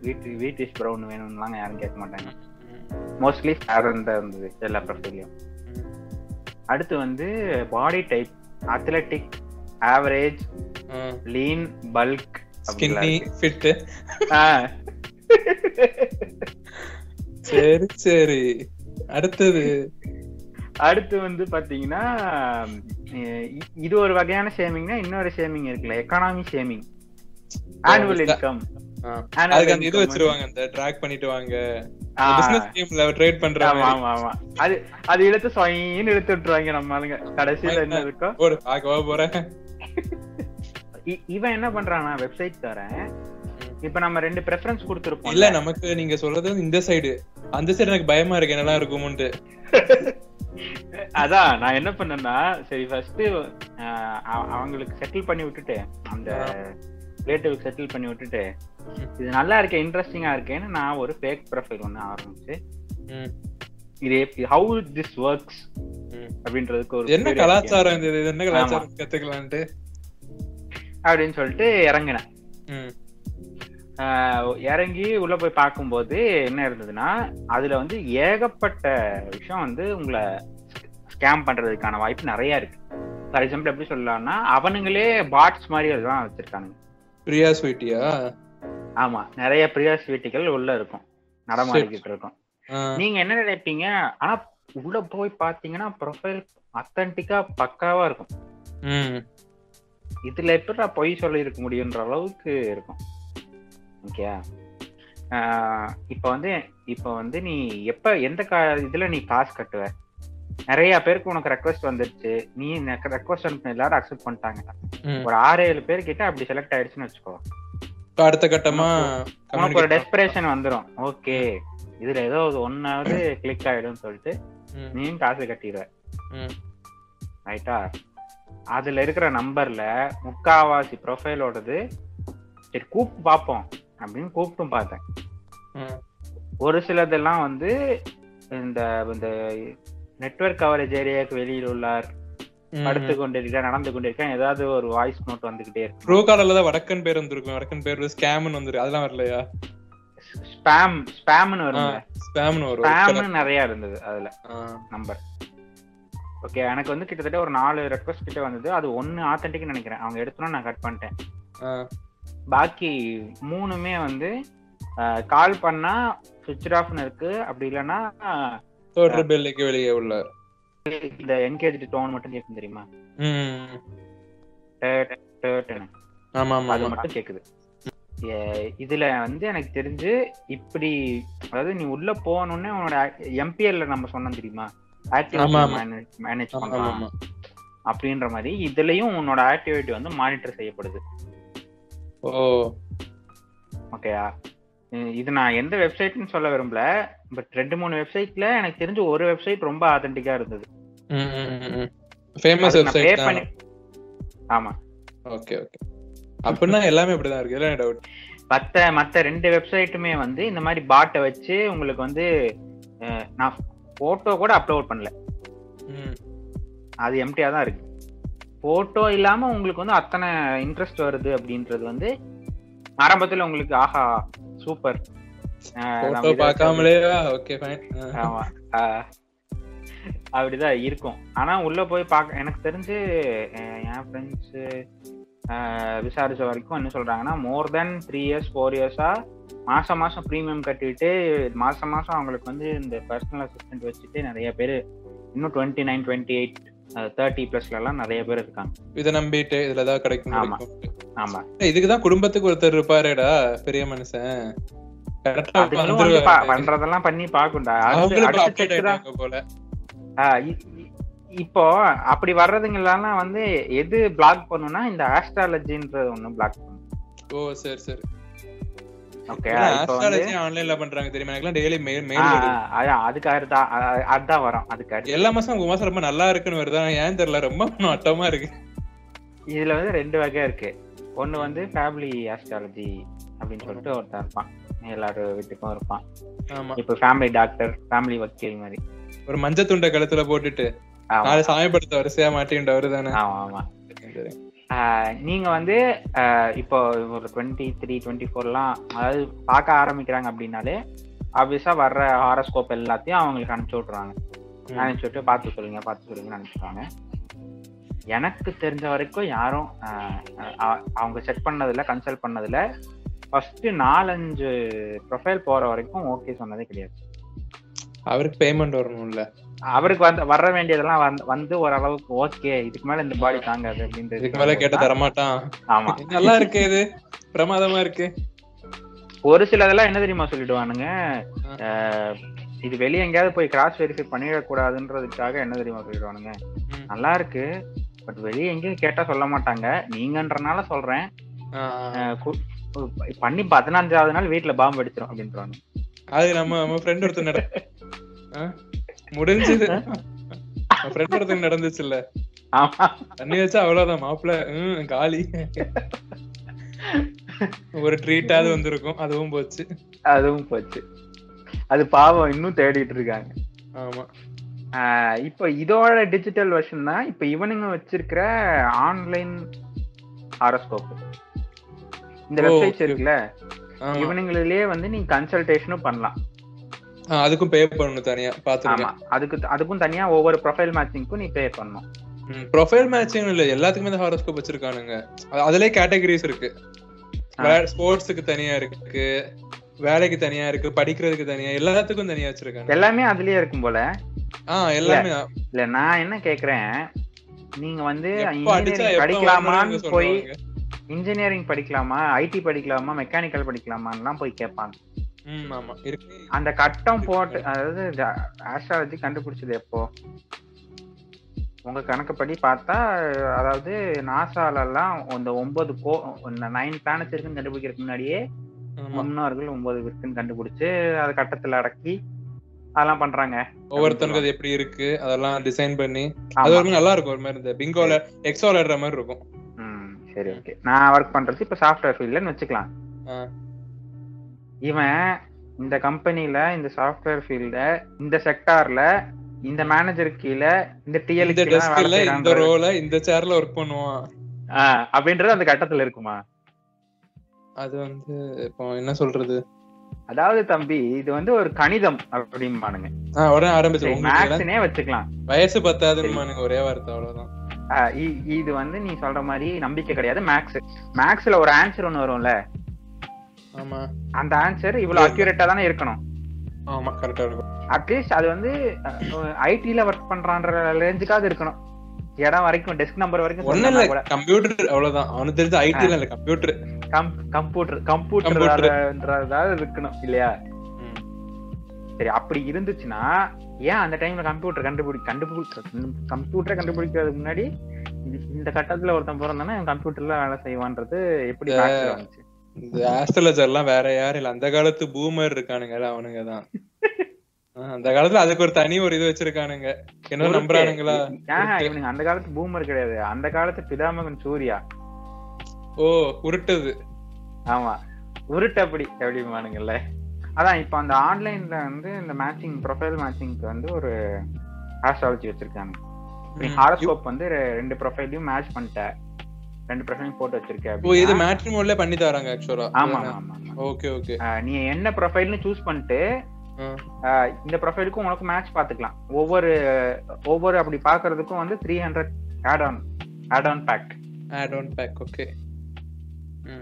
Speaker 1: வீட்டு வீட்டு ப்ரௌன் வேணும்லாம் யாரும் கேட்க மாட்டாங்க மோஸ்ட்லி ஃபேரன் தான் இருந்தது எல்லா ப்ரொஃபைலையும் அடுத்து வந்து body type athletic average lean bulk
Speaker 2: skinny fit சரி சரி அடுத்தது
Speaker 1: அடுத்து வந்து பாத்தீங்கன்னா அஹ் இ- இது ஒரு வகையான ஷேமிங்னா இன்னொரு ஷேமிங் இருக்குல்ல economy shaming
Speaker 2: Oh,
Speaker 1: annual income
Speaker 2: அதுக்கு அந்த இது வச்சிருவாங்க அந்த ட்ராக் பண்ணிட்டு வாங்க பிசினஸ் டீம்ல ட்ரேட் oh, பண்ற
Speaker 1: ஆமா
Speaker 2: மாதிரி.
Speaker 1: ஆமா ஆமா அது அது இழுத்து சொயின்னு இழுத்து விட்டுருவாங்க நம்ம ஆளுங்க கடைசியில என்ன இருக்கோ
Speaker 2: போடு பார்க்கவா போறேன்
Speaker 1: இ- இவன் என்ன பண்றானா வெப்சைட் தரேன் இப்ப நம்ம ரெண்டு preference கொடுத்துருப்போம்
Speaker 2: இல்ல நமக்கு நீங்க சொல்றது இந்த சைடு அந்த சைடு எனக்கு பயமா இருக்கு என்னலாம் இருக்கும்ட்டு
Speaker 1: அதான் நான் என்ன பண்ணேன்னா சரி ஃபர்ஸ்ட் அவங்களுக்கு செட்டில் பண்ணி விட்டுட்டு அந்த ரிலேட்டிவ் செட்டில் பண்ணி விட்டுட்டு இது நல்லா இருக்கே இன்ட்ரெஸ்டிங்கா இருக்கேன்னு நான் ஒரு ஃபேக் ப்ரொஃபைல் ஒண்ணு ஆரம்பிச்சு இது ஹவு திஸ் ஒர்க்ஸ் அப்படின்றதுக்கு ஒரு
Speaker 2: என்ன
Speaker 1: theory
Speaker 2: கலாச்சாரம் இது இது என்ன கலாச்சாரம்
Speaker 1: ஆமா.
Speaker 2: கத்துக்கலான்ட்டு
Speaker 1: அப்படின்னு சொல்லிட்டு இறங்கினேன்
Speaker 2: ம்,
Speaker 1: ஆஹ் இறங்கி உள்ள போய் பார்க்கும்போது என்ன இருந்ததுன்னா அதுல வந்து ஏகப்பட்ட விஷயம் வந்து உங்களை ஸ்கேம் பண்றதுக்கான வாய்ப்பு நிறைய இருக்கு ஃபார் எக்ஸாம்பிள் எப்படி சொல்லலாம்னா அவனுங்களே பாட்ஸ் மாதிரி அதெல்லாம் வச்சிருக்கானுங்க
Speaker 2: பிரியா ஸ்வீட்டியா
Speaker 1: ஆமா நிறைய பிரியாஸ் வீட்டுகள் உள்ள இருக்கும் நடமாடிக்கிட்டு இருக்கும்
Speaker 2: ஆ,
Speaker 1: நீங்க என்ன நினைப்பீங்க ஆனா உள்ள போய் பாத்தீங்கன்னா ப்ரொஃபைல் அத்தன்டிக்கா பக்காவா இருக்கும்
Speaker 2: ம்,
Speaker 1: இதுல எப்படி பொய் சொல்லி இருக்க முடியுன்ற அளவுக்கு இருக்கும் ஓகே இப்போ வந்து இப்போ வந்து நீ எப்ப எந்த கா இதுல நீ காசு கட்டுவ நிறைய பேருக்கு உனக்கு ரெக்வஸ்ட் வந்துருச்சு நீ ரெக்வஸ்ட் அனுப்பின எல்லாரும் அக்செப்ட் பண்ணிட்டாங்க
Speaker 2: ம்.
Speaker 1: ஒரு ஆறு ஏழு பேர் கிட்ட அப்படி செலக்ட் ஆயிடுச்சுன்னு வச்சுக்கோ
Speaker 2: இப்ப அடுத்த கட்டமா
Speaker 1: உனக்கு ஒரு
Speaker 2: communicate
Speaker 1: டெஸ்பிரேஷன் வந்துரும் ஓகே இதுல ஏதோ ஒன்னாவது கிளிக் ஆயிடும் சொல்லிட்டு
Speaker 2: ம்,
Speaker 1: நீயும் காசு கட்டிடுவ
Speaker 2: ம்.
Speaker 1: ரைட்டா அதுல இருக்கிற நம்பர்ல முக்காவாசி ப்ரொஃபைலோடது சரி கூப்பிட்டு பார்ப்போம் அப்படின்னு கூப்பிட்டும் பார்த்தேன்
Speaker 2: ம்,
Speaker 1: ஒரு சிலதெல்லாம் வந்து இந்த இந்த நெட்வொர்க் கவரேஜ் ஏரியாவுக்கு வெளியில் உள்ளார்
Speaker 2: ம்.
Speaker 1: படுத்து கொண்டிருக்கேன் நடந்து கொண்டிருக்கேன் ஏதாவது ஒரு வாய்ஸ் நோட் வந்துகிட்டே இருக்கு
Speaker 2: ப்ரோ காலர்ல தான் வடக்கன் பேர் வந்திருக்கும் வடக்கன் பேர் ஸ்கேம்னு வந்துருக்கு அதெல்லாம் வரலையா
Speaker 1: ஸ்பேம் ஸ்பேம்னு வரும்ல
Speaker 2: ஸ்பேம்னு வரும்
Speaker 1: ஸ்பேம்னு நிறைய இருந்தது அதுல
Speaker 2: ஆ,
Speaker 1: நம்பர் ஓகே எனக்கு வந்து கிட்டத்தட்ட ஒரு நாலு ரெக்வஸ்ட் கிட்ட வந்தது அது ஒன்னு ஆத்தென்டிக்னு நினைக்கிறேன் அவங்க எடுத்தோன்னா நான் கட் பண்ணிட்டேன்
Speaker 2: ஆ,
Speaker 1: பாக்கி மூணுமே வந்து கால் பண்ணா சுவிட்ச் ஆஃப்னு இருக்கு அப்படி இல்லைன்னா
Speaker 2: தொடர் பெல்லுக்கு வெளியே உள்ள
Speaker 1: இந்த என்கேஜ் டோன் மட்டும் கேட்கும் தெரியுமா
Speaker 2: ம்,
Speaker 1: டே, டே, டே, டேன்னு.
Speaker 2: ஆமா ஆமா
Speaker 1: அது
Speaker 2: ஆமா.
Speaker 1: மட்டும் கேக்குது ஏ- இதுல வந்து எனக்கு தெரிஞ்சு இப்படி அதாவது நீ உள்ள போகணும்னே உன்னோட எம்பிஎல்ல நம்ம சொன்னோம் தெரியுமா
Speaker 2: ஆமா,
Speaker 1: ஆக்டிவிட்டி
Speaker 2: ஆமா.
Speaker 1: மேனேஜ்
Speaker 2: ஆமா ஆமா
Speaker 1: பண்ணலாம்
Speaker 2: ஆமா
Speaker 1: அப்படின்ற மாதிரி இதுலயும் உன்னோட ஆக்டிவிட்டி வந்து மானிட்டர் செய்யப்படுது
Speaker 2: ஓ
Speaker 1: ஓகேயா இது நான் எந்த வெப்சைட்னு சொல்ல விரும்பல பட் ரெண்டு மூணு வெப்சைட்ல எனக்கு தெரிஞ்ச ஒரு வெப்சைட் ரொம்ப ஆத்தென்டிக்கா இருந்தது
Speaker 2: ஃபேமஸ்
Speaker 1: அதுக்கு நான் pay
Speaker 2: வெப்சைட்
Speaker 1: பண்ணி ஆமா
Speaker 2: ஓகே ஓகே அப்படின்னா எல்லாமே அப்படிதான் இருக்கு எல்லாம் டவுட்
Speaker 1: மத்த மத்த ரெண்டு வெப்சைட்டுமே வந்து இந்த மாதிரி பாட்டை வச்சு உங்களுக்கு வந்து அஹ், நான் போட்டோ கூட அப்லோட் பண்ணல அது எம்டியா தான் இருக்கு போட்டோ இல்லாம உங்களுக்கு வந்து அத்தனை இன்ட்ரெஸ்ட் வருது அப்படின்றது வந்து ஆரம்பத்துல உங்களுக்கு ஆஹா சூப்பர்
Speaker 2: போட்டோ பார்க்காமலே ஓகே ஃபைன்
Speaker 1: ஆமா ஆஹ் அப்படிதான் இருக்கும் ஆனா உள்ள போய் பார்க்க எனக்கு தெரிஞ்சு அஹ் என் ஃப்ரெண்ட்ஸ் விசாரிச்ச வரைக்கும் என்ன சொல்றாங்கன்னா more then three years four இயர்ஸா மாசம் மாசம் ப்ரீமியம் கட்டிட்டு மாசம் மாசம் அவங்களுக்கு வந்து இந்த பர்சனல் அசிஸ்டன்ட் வச்சுட்டு நிறைய பேர் இன்னும் twenty nine twenty eight thirty பிளஸ்ல எல்லாம் நிறைய பேர் இருக்காங்க
Speaker 2: இத நம்பிட்டு இதுல ஏதாவது கிடைக்கும்
Speaker 1: ஆமா.
Speaker 2: கிடைக்கும்.
Speaker 1: ஆமா
Speaker 2: ஏய், இதுக்குதான் குடும்பத்துக்கு ஒருத்தர் இருப்பாரேடா பெரிய மனுஷன் கரெக்டா
Speaker 1: அதுக்கும் வந்து பா-
Speaker 2: வந்துருவாரு
Speaker 1: பண்றதெல்லாம் பண்ணி பாக்கும்டா அடுத்து
Speaker 2: அவங்களும் இப்ப
Speaker 1: அடுத்த
Speaker 2: update
Speaker 1: check தான்
Speaker 2: ஆயிட்டாங்க போல
Speaker 1: ஆ, இ- இ- இப்போ அப்படி வர்றதுங்கெல்லாம் வந்து எது பிளாக் பண்ணுனா இந்த ஆஸ்ட்ராலஜின்றது ஒண்ணு பிளாக் பண்ணும்
Speaker 2: ஓ சரி சரி
Speaker 1: ஓகே இப்போ வந்து
Speaker 2: ஆஸ்ட்ராலஜி ஆன்லைன்ல பண்றாங்க தெரியுமா எனக்கு டெய்லி
Speaker 1: ஆ,
Speaker 2: மெயில் மெயில்
Speaker 1: ஆ, அதான் அதுக்கு அடுத்த அ- அதான் வரும் அதுக்கு அடுத்து
Speaker 2: எல்லா மாசம் உங்க மாசம் ரொம்ப நல்லா இருக்குன்னு வருதா ஏன் தெரியல ரொம்ப அட்டமா இருக்கு
Speaker 1: இதுல வந்து ரெண்டு வகை இருக்கு ஒண்ணு வந்து ஃபேமிலி ஆஸ்ட்ராலஜி அப்படின்னு சொல்லிட்டு ஒருத்தன் இருப்பான் எல்லாரும் வீட்டுக்கும் இருப்பான்
Speaker 2: ஆமா
Speaker 1: இப்போ ஃபேமிலி டாக்டர் ஃபேமிலி வக்கீல் மாதிரி
Speaker 2: ஒரு மஞ்சள் துண்டை கழுத்துல போட்டுட்டு
Speaker 1: ஆமா
Speaker 2: நாலு சாமி படத்தை வரிசையா மாட்டிட்டு வருதானே
Speaker 1: ஆமா ஆமா ஆஹ் நீங்க வந்து ஆஹ் இப்போ ஒரு டுவெண்ட்டி த்ரீ டுவெண்ட்டி ஃபோர்லாம் அதாவது பார்க்க ஆரம்பிக்கிறாங்க அப்படின்னாலே ஆப்வியஸா வர்ற ஹாரோஸ்கோப் எல்லாத்தையும் அவங்களுக்கு அனுப்பிச்சு விட்ருவாங்க அனுப்பிச்சு விட்டு பார்த்து சொல்லுங்க பார்த்து சொல்லுங்கன்னு அனுப்பிச்சுடுவாங்க எனக்கு தெரிஞ்ச வரைக்கும் யாரும் ஆஹ் அ- அவங்க செக் பண்ணதுல கன்சல்ட் பண்ணதுல ஃபர்ஸ்ட் நாலஞ்சு ப்ரொஃபைல் போற வரைக்கும் ஓகே சொன்னதே கிடையாது
Speaker 2: அவருக்கு பேமெண்ட் வரணும்ல
Speaker 1: அவருக்கு வந்து வர வேண்டியதெல்லாம் வந்து- வந்து ஓரளவுக்கு ஓகே இதுக்கு மேல இந்த பாடி தாங்காது அப்படின்றது
Speaker 2: இதுக்கு மேல கேட்ட தரமாட்டான்
Speaker 1: ஆமா
Speaker 2: இது நல்லா இருக்கு இது பிரமாதமா இருக்கு
Speaker 1: ஒரு சில இதெல்லாம் என்ன தெரியுமா சொல்லிடுவானுங்க அஹ், இது வெளியே எங்கேயாவது போய் கிராஸ் வெரிஃபை பண்ணிடக்கூடாதுன்றதுக்காக என்ன தெரியுமா சொல்லிடுவானுங்க
Speaker 2: ம்.
Speaker 1: நல்லா இருக்கு பட் வெளியே எங்கேயும் கேட்டா சொல்ல மாட்டாங்க நீங்கன்றனால சொல்றேன்
Speaker 2: ஆ, ஆ.
Speaker 1: அஹ், கு- பண்ணி பதினஞ்சாவது நாள் வீட்டுல பாம்பு அடிச்சிடும் அப்படின்றாங்க
Speaker 2: அது நம்ம நம்ம ஃப்ரெண்ட் ஒருத்தர் நட ஆ? முடிஞ்சது நம்ம ஃப்ரெண்ட் ஒருத்தர் நடந்துச்சுல்ல
Speaker 1: ஆமா
Speaker 2: தண்ணி வச்சா அவ்வளவுதான் மாப்பிள்ள ம் காலி ஒரு ட்ரீட்டாவது வந்திருக்கும் அதுவும் போச்சு
Speaker 1: அதுவும் போச்சு அது பாவம் இன்னும் தேடிட்டு இருக்காங்க
Speaker 2: ஆமா
Speaker 1: அஹ், இப்போ இதோட டிஜிட்டல் வெர்ஷன் தான் இப்போ இவனுங்க வச்சிருக்கிற ஆன்லைன் ஹாரோஸ்கோப் இந்த
Speaker 2: ஓ,
Speaker 1: வெப்சைட்ஸ்
Speaker 2: okay.
Speaker 1: இருக்குல்ல
Speaker 2: ஆமா.
Speaker 1: இவனுங்களிலேயே வந்து நீ கன்சல்டேஷனும் பண்ணலாம்
Speaker 2: ஆ, அதுக்கும் பே பண்ணணும் தனியா
Speaker 1: ஆமா
Speaker 2: பாத்துருக்கேன்
Speaker 1: அதுக்கு அதுக்கும் தனியா ஒவ்வொரு ப்ரொஃபைல் மேட்சிங்க்கும் நீ பே பண்ணணும்
Speaker 2: ப்ரொஃபைல் மேட்சிங் இல்ல எல்லாத்துக்குமே இந்த ஹாரோஸ்கோப் வச்சிருக்கானுங்க அ- அதுலயே கேட்டகரிஸ் இருக்கு
Speaker 1: ஆ.
Speaker 2: ஸ்போர்ட்ஸுக்கு தனியா இருக்கு வேலைக்கு தனியா இருக்கு படிக்கிறதுக்கு தனியா எல்லாத்துக்கும் தனியா வச்சிருக்காங்க
Speaker 1: எல்லாமே அதுலயே இருக்கும் போல
Speaker 2: ஆ எல்லாமே
Speaker 1: இல்ல நான் என்ன கேக்குறேன் நீங்க வந்து
Speaker 2: எப்ப அடிச்சா
Speaker 1: இன்ஜினியரிங்
Speaker 2: எப்ப
Speaker 1: படிக்கலாமான்னு
Speaker 2: வரணும்னு
Speaker 1: போய்
Speaker 2: சொல்லுவாங்க
Speaker 1: இன்ஜினியரிங் படிக்கலாமா ஐடி படிக்கலாமா மெக்கானிக்கல் படிக்கலாமான்லாம் போய் கேட்பாங்க
Speaker 2: ம் ஆமா இருக்கு
Speaker 1: அந்த கட்டம் போட்டு அதாவது ஆஸ்ட்ராலஜி கண்டுபிடிச்சது எப்போ உங்க கணக்குப்படி பார்த்தா அதாவது நாசாலெல்லாம் இந்த ஒன்பது கோ நைன் பிளானட்ஸ் இருக்குன்னு கண்டுபிடிக்கிறதுக்கு முன்னாடியே
Speaker 2: ஆமா
Speaker 1: முன்னோர்கள் ஒன்பது விற்குன்னு கண்டுபிடிச்சு அதை கட்டத்துல அடக்கி அதெல்லாம் பண்றாங்க
Speaker 2: ஒவ்வொருத்தனுக்கு அது எப்படி இருக்கு அதெல்லாம் டிசைன் பண்ணி
Speaker 1: ஆமா.
Speaker 2: அது வரைக்கும் நல்லா இருக்கும் ஒரு மாதிரி இந்த பிங்கோல எக்ஸோ விளையாடுற மாதிரி இருக்கும்
Speaker 1: ம், சரி ஓகே நான் ஒர்க் பண்றது இப்ப சாஃப்ட்வேர் ஃபீல்டுன்னு வச்சுக்கலாம்
Speaker 2: ஆ.
Speaker 1: இவன் இந்த கம்பெனில இந்த சாஃப்ட்வேர் ஃபீல்ட இந்த செக்டார்ல இந்த மேனேஜர் கீழே இந்த டிஎல்
Speaker 2: இந்த டெஸ்க்ல இந்த ரோல இந்த சேர்ல ஒர்க் பண்ணுவான்
Speaker 1: அப்படின்றது அந்த கட்டத்துல இருக்குமா
Speaker 2: அது வந்து இப்போ என்ன சொல்றது
Speaker 1: அதாவது தம்பி இது வந்து ஒரு கணிதம் அப்படிம்பானுங்க
Speaker 2: ஆ உடனே ஆரம்பிச்சு
Speaker 1: சரி,
Speaker 2: உங்களுக்கு எல்லாம்
Speaker 1: மேக்ஸ்னே வச்சுக்கலாம்
Speaker 2: வயசு பத்தாதுன்னு ஒரே வார்த்தை அவ்வளவுதான்
Speaker 1: ஆ, இ- இது வந்து நீ சொல்ற மாதிரி நம்பிக்கை கிடையாது மேக்ஸ் மேக்ஸ்ல ஒரு ஆன்சர் ஒண்ணு வரும்ல
Speaker 2: ஆமா
Speaker 1: அந்த ஆன்சர் இவ்வளவு அக்யூரேட்டா தானே இருக்கணும்
Speaker 2: ஆமா கரெக்டா இருக்கும்
Speaker 1: அட்லீஸ்ட் அது வந்து ஐடில ஒர்க் பண்றான்ற ரேஞ்சுக்காவது இருக்கணும் இடம் வரைக்கும் டெஸ்க் நம்பர் வரைக்கும்
Speaker 2: ஒண்ணும்
Speaker 1: சொன்னா கூட
Speaker 2: இல்ல கம்ப்யூட்டர் அவ்வளவுதான் அவனுக்கு தெரிஞ்ச ஐடி இல்ல கம்ப்யூட்டர்
Speaker 1: கம்ப்யூட்டர்
Speaker 2: Computer.
Speaker 1: கம்ப்யூட்டர்ன்றதாவது இருக்கணும் இல்லையா சரி அப்படி இருந்துச்சுன்னா ஏன் அந்த டைம்ல கம்ப்யூட்டர் கண்டுபிடி கண்டுபிடிக்க கம்ப்யூட்டரை கண்டுபிடிக்கிறதுக்கு முன்னாடி இந்த- இந்த கட்டத்துல ஒருத்தன் பிறந்தானா கம்ப்யூட்டர்ல வேலை செய்வான்றது எப்படி maxல வந்துச்சு?
Speaker 2: இந்த ஆஸ்ட்ராலஜர் எல்லாம் வேற யாரும் இல்ல அந்த காலத்து பூமர் இருக்கானுங்கல்ல அவனுங்க தான் அந்த காலத்துல அதுக்கு ஒரு தனி ஒரு இது வச்சிருக்கானுங்க என்ன நம்புறானுங்களா
Speaker 1: ஆஹா, இவனுங்க அந்த காலத்து பூமர் கிடையாது அந்த காலத்து பிதாமகன் சூர்யா
Speaker 2: ஓ உருட்டுது
Speaker 1: ஆமா உருட்டு அப்படி அப்படிமானுங்கல்ல அதான் இப்போ அந்த ஆன்லைன்ல வந்து இந்த மேட்சிங் ப்ரொஃபைல் மேட்சிங்க்கு வந்து ஒரு ஆஸ்ட்ராலஜி வச்சிருக்காங்க நீ
Speaker 2: ம்.
Speaker 1: ஹாரோஸ்கோப் வந்து ரெ- ரெண்டு ப்ரொஃபைலையும் மேட்ச் பண்ணிட்ட ரெண்டு ப்ரொஃபைலையும் போட்டு வச்சிருக்க
Speaker 2: ஓ இது
Speaker 1: அப்படின்னா-
Speaker 2: மேட்ரிமோன்ல பண்ணி தராங்க ஆக்சுவலா
Speaker 1: ஆமா ஆமா ஆமா ஆமா.
Speaker 2: ஓகே ஓகே
Speaker 1: ஆஹ் நீ என்ன ப்ரொஃபைல்னு சூஸ் பண்ணிட்டு ஆஹ் இந்த ப்ரொஃபைலுக்கும் உனக்கு மேட்ச் பார்த்துக்கலாம் ஒவ்வொரு ஒவ்வொரு அப்படி பார்க்கறதுக்கும் வந்து three hundred add on add on pack
Speaker 2: add on pack okay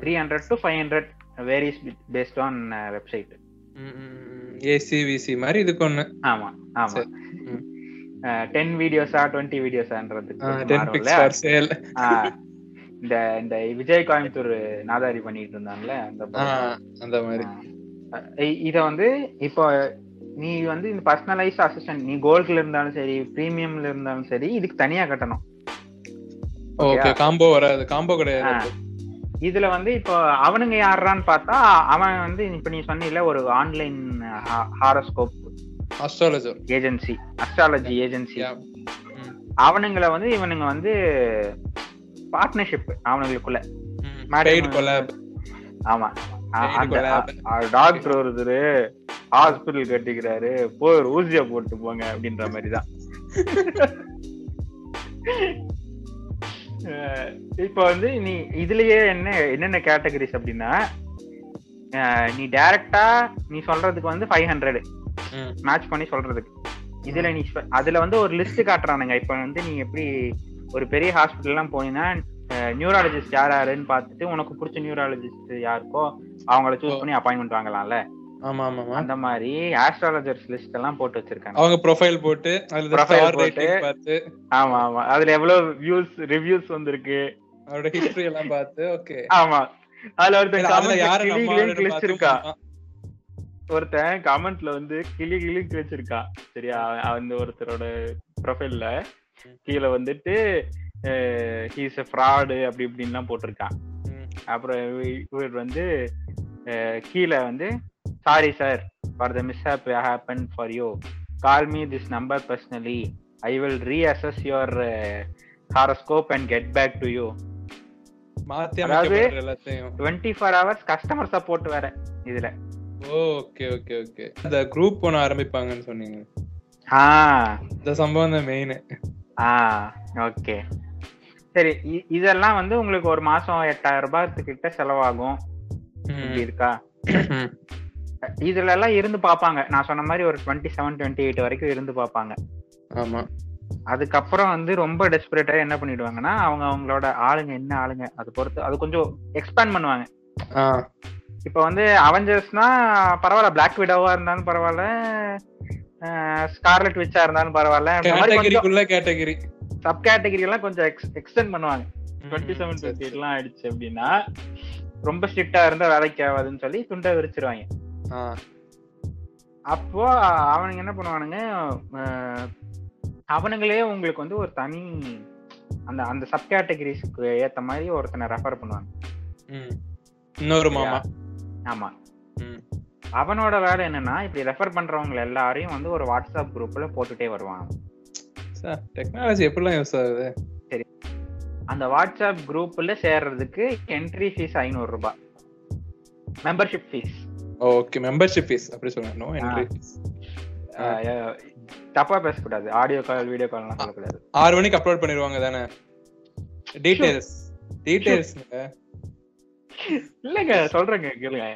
Speaker 1: three hundred to five hundred various based on website
Speaker 2: ஏசிவிசி மாதிரி இதுக்கு ஒண்ணு
Speaker 1: ஆமா ஆமா
Speaker 2: சரி. ம்.
Speaker 1: டென் வீடியோஸா டுவெண்ட்டி வீடியோஸான்றதுக்கு
Speaker 2: டென்
Speaker 1: மாறும்ல?
Speaker 2: பிக்ஸ் ஃபார் சேல்
Speaker 1: ஆ, இந்த இந்த விஜய் கோயம்புத்தூர் நாதாரி பண்ணிட்டு இருந்தாங்கல்ல அந்த படம்.
Speaker 2: அந்த மாதிரி
Speaker 1: இ- இத வந்து இப்போ நீ வந்து இந்த பர்சனலைஸ் அசிஸ்டன்ட் நீ கோல்ட்ல இருந்தாலும் சரி பிரீமியம்ல இருந்தாலும் சரி இதுக்கு தனியா கட்டணும்
Speaker 2: ஓகே
Speaker 1: Okay-ஆ?
Speaker 2: காம்போ வராது காம்போ கிடையாது
Speaker 1: ஆ. இதுல வந்து இப்போ அவனுங்க யாருறான்னு பார்த்தா அவன் வந்து இப்ப நீ சொன்னில ஒரு online horoscope
Speaker 2: astrologer
Speaker 1: agency astrology agency அவனுங்களை வந்து இவனுங்க வந்து பார்ட்னர்ஷிப் அவனுங்களுக்குள்ள Matrimony-
Speaker 2: பெய்ட் கொலாப்
Speaker 1: ஆமா அ-
Speaker 2: Paid
Speaker 1: அந்த
Speaker 2: collab.
Speaker 1: டாக்டர் ஒருத்தர் ஹாஸ்பிட்டல் கட்டிக்கிறாரு போய் ஒரு ஊசியை போட்டு போங்க அப்படின்ற மாதிரி தான் அஹ் இப்போ வந்து நீ இதுலயே என்ன என்னென்ன கேட்டகரிஸ் அப்படின்னா அஹ் நீ டைரக்டா நீ சொல்றதுக்கு வந்து ஃபைவ் ஹண்ட்ரட்
Speaker 2: ம்.
Speaker 1: மேட்ச் பண்ணி சொல்றதுக்கு இதுல நீ சொ- அதுல வந்து ஒரு லிஸ்ட் காட்டுறானுங்க இப்போ வந்து நீ எப்படி ஒரு பெரிய ஹாஸ்பிட்டல்லாம் போனீங்கன்னா நியூராலஜிஸ்ட் யார் யாருன்னு பார்த்துட்டு உனக்கு பிடிச்ச நியூராலஜிஸ்ட் யாருக்கோ அவங்கள சூஸ் பண்ணி அப்பாயின்மெண்ட் வாங்கலாம்ல
Speaker 2: ஆமா ஆமா ஆமா
Speaker 1: அந்த மாதிரி ஆஸ்ட்ராலஜர்ஸ் லிஸ்ட் எல்லாம் போட்டு வச்சிருக்காங்க
Speaker 2: அவங்க ப்ரொஃபைல் போட்டு அதுல
Speaker 1: Profile
Speaker 2: ஸ்டார்
Speaker 1: போட்டு.
Speaker 2: ரேட்டிங் பார்த்து
Speaker 1: ஆமா ஆமா அதுல எவ்வளவு வியூஸ் ரிவ்யூஸ் வந்திருக்கு
Speaker 2: அவரோட ஹிஸ்டரி எல்லாம் பார்த்து ஓகே
Speaker 1: ஆமா அதுல ஒருத்தன்
Speaker 2: அதுல யாரு
Speaker 1: comment ல கிளி கிளின்னு
Speaker 2: நம்ம ஆளுன்னு
Speaker 1: கிழிச்சு
Speaker 2: பார்த்து
Speaker 1: இருக்கா. ஒருத்தன் கமெண்ட்ல வந்து கிளி கிளி கிழிச்சிருக்கான் சரியா அவன் அந்த ஒருத்தரோட ப்ரொஃபைல்ல கீழே வந்துட்டு ஹீஸ் எ ஃப்ராடு அப்படி இப்படின்லாம் போட்டிருக்கான்
Speaker 2: ம்.
Speaker 1: அப்புறம் இவ- இவர் வந்து அஹ், கீழே வந்து sorry sir for the mishap happen for you call me this number personally I will reassess your horoscope and get back to you
Speaker 2: மாத்தி
Speaker 1: அதாவது-
Speaker 2: அமைக்கப்படுற எல்லாத்தையும்
Speaker 1: twenty four hours customer support வேற இதுல
Speaker 2: ஓகே ஓகே ஓகே அந்த group ஒண்ணு ஆரம்பிப்பாங்கன்னு சொன்னீங்க
Speaker 1: ஆ
Speaker 2: இந்த சம்பவம் தான் மெயின்
Speaker 1: ஆ ஓகே சரி இ- இதெல்லாம் வந்து உங்களுக்கு ஒரு மாசம் எட்டாயிரம் ரூபாய்க்கிட்ட செலவாகும் இப்படி இருக்கா இதுல எல்லாம் இருந்து பார்ப்பாங்க நான் சொன்ன மாதிரி ஒரு டுவெண்ட்டி செவன் டுவெண்ட்டி எயிட் வரைக்கும் இருந்து பார்ப்பாங்க
Speaker 2: ஆமா
Speaker 1: அதுக்கப்புறம் வந்து ரொம்ப டெஸ்பரேட்டா என்ன பண்ணிடுவாங்கன்னா அவங்க அவங்களோட ஆளுங்க என்ன ஆளுங்க அது பொறுத்து அது கொஞ்சம் எக்ஸ்பேண்ட் பண்ணுவாங்க
Speaker 2: ஆ
Speaker 1: இப்போ வந்து அவெஞ்சர்ஸ்னா பரவாயில்ல பிளாக் விடோவா இருந்தாலும் பரவாயில்ல ஸ்கார்லெட் விச்சா இருந்தாலும் பரவாயில்ல இந்த மாதிரி கொஞ்சம்
Speaker 2: கேட்டகரிக்குள்ள கேட்டகரி
Speaker 1: சப் கேட்டகரி எல்லாம் கொஞ்சம் எக்ஸ்டெண்ட் பண்ணுவாங்க டுவெண்ட்டி செவன் டுவெண்ட்டி எல்லாம் ஆயிடுச்சு அப்படின்னா ரொம்ப ஸ்ட்ரிக்டா இருந்தா வேலைக்கு ஆகாதுன்னு சொல்லி துண்டை விரிச்சிருவாங்க அப்போ அ- அவனுங்க என்ன பண்ணுவானுங்க அஹ், அவனுங்களே உங்களுக்கு வந்து ஒரு தனி அந்த அந்த சப் கேட்டகரிஸ்க்கு ஏத்த மாதிரி ஒருத்தனை ரெஃபர் பண்ணுவாங்க
Speaker 2: இன்னொரு மாமா
Speaker 1: ஆமா
Speaker 2: ம்.
Speaker 1: அவனோட வேலை என்னன்னா இப்படி ரெஃபர் பண்றவங்க எல்லாரையும் வந்து ஒரு வாட்ஸ்அப் குரூப்ல போட்டுட்டே வருவான்
Speaker 2: டெக்னாலஜி எப்படிலாம் யூஸ் ஆகுது
Speaker 1: அந்த வாட்ஸ்அப் குரூப்ல சேர்றதுக்கு என்ட்ரி ஃபீஸ் ஐநூறு ரூபாய் membership fee
Speaker 2: okay membership fee அப்படி சொல்லுங்க நோ என்ட்ரி
Speaker 1: தப்பா பேசக்கூடாது ஆடியோ கால் வீடியோ கால் எல்லாம் சொல்லக்கூடாது
Speaker 2: ஆறு மணிக்கு அப்லோட் பண்ணிடுவாங்க தானே டீடைல்ஸ் டீடைல்ஸ்
Speaker 1: இல்லங்க சொல்றேங்க கேளுங்க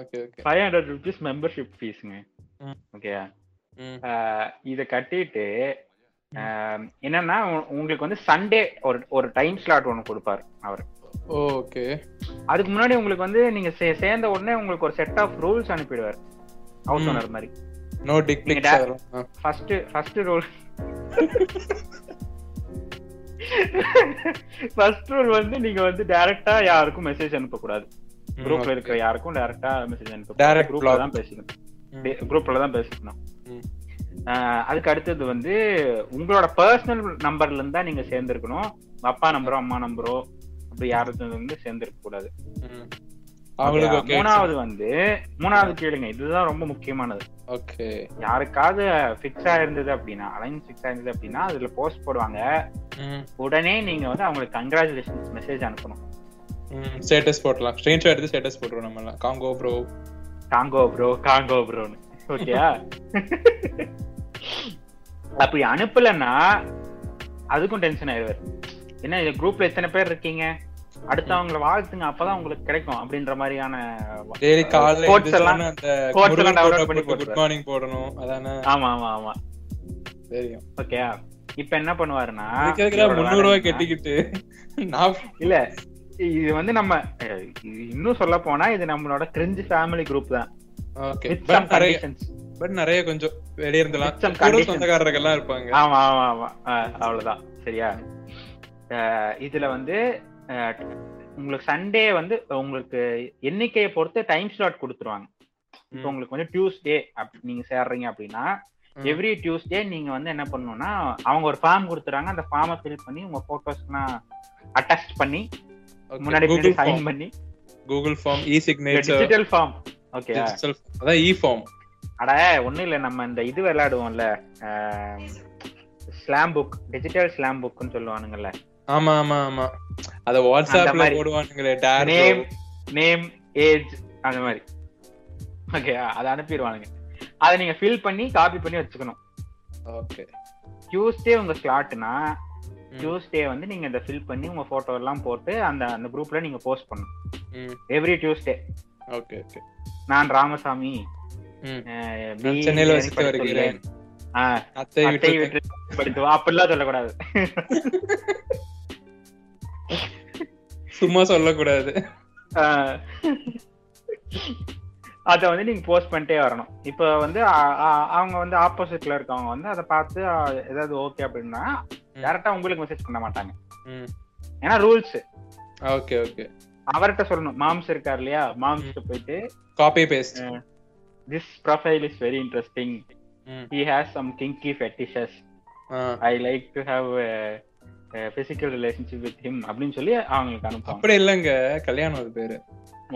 Speaker 2: okay okay
Speaker 1: five hundred rupees membership ஃபீஸுங்க
Speaker 2: ம்.
Speaker 1: ஓகே இத கட்டிட்டு ஆஹ், என்னன்னா உ- உங்களுக்கு வந்து சண்டே ஒரு ஒரு டைம் ஸ்லாட் ஒன்னு கொடுப்பாரு அவர்
Speaker 2: ஓகே
Speaker 1: அதுக்கு முன்னாடி உங்களுக்கு வந்து நீங்க சே- சேர்ந்த உடனே உங்களுக்கு ஒரு செட் ஆஃப் ரூல்ஸ் அனுப்பிடுவார் ஹவுஸ்
Speaker 2: ம்.
Speaker 1: ஓனர் மாதிரி
Speaker 2: நோ டிக் பிளிக்
Speaker 1: நீங்க first first rule first rule வந்து நீங்க வந்து டைரக்டா யாருக்கும் மெசேஜ் அனுப்ப கூடாது குரூப்ல இருக்கிற யாருக்கும் டைரக்டா மெசேஜ் அனுப்ப
Speaker 2: Direct
Speaker 1: குரூப்ல
Speaker 2: block.
Speaker 1: தான் பேசணும்
Speaker 2: ம்.
Speaker 1: குரூப்ல தான் பேசணும்
Speaker 2: ம்.
Speaker 1: ஆஹ் அதுக்கு அடுத்தது வந்து உங்களோட பர்சனல் நம்பர்ல இருந்தா நீங்க சேர்ந்திருக்கணும் அப்பா நம்பரோ அம்மா நம்பரோ அப்படி யாரும் வந்து சேர்ந்திருக்க கூடாது
Speaker 2: அவங்களுக்கு
Speaker 1: Okay,
Speaker 2: ஓகே
Speaker 1: மூணாவது வந்து மூணாவது கேளுங்க இதுதான் ரொம்ப முக்கியமானது
Speaker 2: ஓகே
Speaker 1: யாருக்காவது ஃபிக்ஸ் ஆயிருந்தது அப்படின்னா அலைன்ஸ் ஃபிக்ஸ் ஆயிருந்தது அப்படின்னா அதுல போஸ்ட் போடுவாங்க உடனே நீங்க வந்து அவங்களுக்கு கங்க்ராச்சுலேஷன்ஸ் மெசேஜ் அனுப்பணும்
Speaker 2: ஸ்டேட்டஸ் போடலாம் ஸ்க்ரீன்ஷாட் எடுத்து ஸ்டேட்டஸ் போடுறோம் நம்ம எல்லாம் congo bro
Speaker 1: congo bro congo ப்ரோன்னு ஓகேயா அப்படி அனுப்பலன்னா அதுக்கும் டென்ஷன் ஆயிடுவார் என்ன இது குரூப்ல எத்தனை பேர் இருக்கீங்க அடுத்தவங்கள வாழ்த்துங்க அப்பதான் உங்களுக்கு கிடைக்கும் அப்படின்ற மாதிரியான
Speaker 2: டெய்லி காலைல
Speaker 1: Quotes
Speaker 2: எழுந்திரிச்ச
Speaker 1: எல்லாம்
Speaker 2: உடனே அந்த
Speaker 1: quotes எல்லாம்
Speaker 2: முருகன்
Speaker 1: download
Speaker 2: photo
Speaker 1: பண்ணி
Speaker 2: போட்டு குட்
Speaker 1: போட்டுருவாரு.
Speaker 2: மார்னிங் போடணும் அதானே
Speaker 1: ஆமா ஆமா ஆமா
Speaker 2: தெரியும்
Speaker 1: ஓகேயா இப்ப என்ன பண்ணுவாருன்னா
Speaker 2: இருக்கிறதுல
Speaker 1: இவரோட
Speaker 2: முந்நூறு
Speaker 1: வேலை
Speaker 2: ரூபாய்
Speaker 1: என்னன்னா-
Speaker 2: கட்டிக்கிட்டு நான்
Speaker 1: இல்ல இது வந்து நம்ம அஹ், இது இன்னும் சொல்ல போனா இது நம்மளோட கிரிஞ்சு ஃபேமிலி குரூப் தான்
Speaker 2: ஓகே
Speaker 1: வித்
Speaker 2: பட்
Speaker 1: சம்
Speaker 2: நிறைய
Speaker 1: கண்டிஷன்ஸ்
Speaker 2: பட் நிறைய கொஞ்சம் வெளிய இருந்தலாம்
Speaker 1: With some
Speaker 2: கூட
Speaker 1: conditions.
Speaker 2: சொந்தக்காரர்கள் எல்லாம் இருப்பாங்க
Speaker 1: ஆமா ஆமா ஆமா அஹ், அவ்வளவுதான் சரியா அஹ், இதுல வந்து அஹ், உங்களுக்கு சண்டே வந்து உங்களுக்கு எண்ணிக்கையை பொறுத்து டைம் ஸ்லாட் கொடுத்துருவாங்க இப்போ
Speaker 2: ம்.
Speaker 1: உங்களுக்கு வந்து டியூஸ்டே அப்படி நீங்க சேர்றீங்க அப்படின்னா
Speaker 2: ம்.
Speaker 1: எவ்ரி டியூஸ்டே நீங்க வந்து என்ன பண்ணணும்னா அவங்க ஒரு ஃபார்ம் கொடுத்துறாங்க அந்த ஃபார்மை ஃபில் பண்ணி உங்க போட்டோஸ்லாம் அட்டாச் பண்ணி
Speaker 2: Okay,
Speaker 1: முன்னாடி
Speaker 2: கூகுள்
Speaker 1: சைன்
Speaker 2: ஃபார்ம்
Speaker 1: பண்ணி
Speaker 2: Google form e signature
Speaker 1: digital form okay
Speaker 2: digital அதான் இ ஃபார்ம்
Speaker 1: அட ஒண்ணும் இல்ல நம்ம இந்த இது விளையாடுவோம்ல ஸ்லாம் புக் டிஜிட்டல் ஸ்லாம் புக்னு சொல்லுவானுங்கல்ல
Speaker 2: ஆமா ஆமா ஆமா அத
Speaker 1: அந்த
Speaker 2: வாட்ஸ்அப்ல
Speaker 1: மாதிரி.
Speaker 2: போடுவானுங்களே டேர்
Speaker 1: நேம் நேம் ஏஜ் அந்த மாதிரி ஓகே அதை அனுப்பிடுவானுங்க அதை நீங்க ஃபில் பண்ணி காப்பி பண்ணி வச்சுக்கணும்
Speaker 2: ஓகே
Speaker 1: டியூஸ்டே உங்க ஸ்லாட்னா டியூஸ்டே வந்து நீங்க இதை ஃபில் பண்ணி உங்க போட்டோ எல்லாம் போட்டு அந்த அந்த குரூப்ல நீங்க போஸ்ட் பண்ணணும்
Speaker 2: ம்
Speaker 1: எவ்ரி டியூஸ்டே
Speaker 2: ஓகே ஓகே
Speaker 1: நான் ராமசாமி
Speaker 2: ம்
Speaker 1: அஹ்,
Speaker 2: நான்
Speaker 1: BE
Speaker 2: சென்னையில
Speaker 1: engineering
Speaker 2: வசித்து வருகிறேன்
Speaker 1: படித்துள்ளேன். ஆ,
Speaker 2: அத்தை
Speaker 1: அத்தை
Speaker 2: வீட்டு
Speaker 1: வீட்டில் படித்துவா அப்படிலாம் சொல்லக்கூடாது
Speaker 2: சும்மா சொல்லக்கூடாது
Speaker 1: ஆஹ் அத வந்து நீங்க போஸ்ட் பண்ணிட்டே வரணும் இப்போ வந்து அ- அ- அவங்க வந்து ஆப்போசிட்ல இருக்கவங்க வந்து அதை பார்த்து அ, ஏதாவது ஓகே அப்படின்னா டேரக்டா உங்களுக்கு மெசேஜ் பண்ண மாட்டாங்க
Speaker 2: ம்
Speaker 1: ஏன்னா ரூல்ஸ்
Speaker 2: ஓகே ஓகே
Speaker 1: அவர்கிட்ட சொல்லணும் மாம்ஸ் இருக்கார் இல்லையா மாம்ஸ்க்கு போயிட்டு
Speaker 2: copy paste
Speaker 1: this profile is very interesting
Speaker 2: ம்
Speaker 1: he has some kinky fetishes
Speaker 2: ah
Speaker 1: I like to have physical relationship with him அப்படின்னு சொல்லி அவங்களுக்கு அனுப்புவாங்க
Speaker 2: அப்படி இல்லங்க கல்யாணம் அது பேரு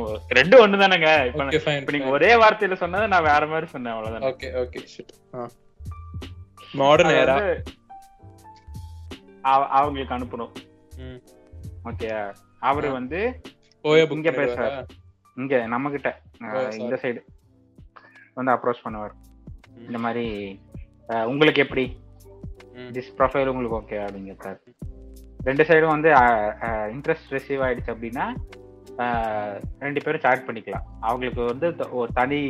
Speaker 1: ஓ, ரெண்டும் ஒண்ணு தானேங்க இப்ப
Speaker 2: ஓகே ஃபைன்
Speaker 1: இப்ப நீங்க ஒரே வார்த்தையில சொன்னதை நான் வேற மாதிரி சொன்னேன் அவ்வளவுதான்
Speaker 2: ஓகே ஓகே ஷிட் மாடர்ன்
Speaker 1: அது
Speaker 2: ஏரா
Speaker 1: வந்து அவ- அவங்களுக்கு அனுப்பணும்
Speaker 2: ம்.
Speaker 1: ஓகே அவரு வந்து
Speaker 2: ஓய புக்
Speaker 1: இங்க பேசுறாரு. இங்க நம்ம கிட்ட
Speaker 2: ஓ, sorry.
Speaker 1: இந்த சைடு வந்து அப்ரோச் பண்ணுவார்
Speaker 2: ம்.
Speaker 1: இந்த மாதிரி அஹ், உங்களுக்கு எப்படி
Speaker 2: ம்.
Speaker 1: திஸ் ப்ரொஃபைல் உங்களுக்கு ஓகே அப்படின்னு கேட்டார் ரெண்டு சைடும் வந்து இன்ட்ரெஸ்ட் ரிசீவ் ஆயிடுச்சு அப்படின்னா அஹ், ரெண்டு பேரும் சாட் பண்ணிக்கலாம் அவங்களுக்கு வந்து த- ஒரு தனி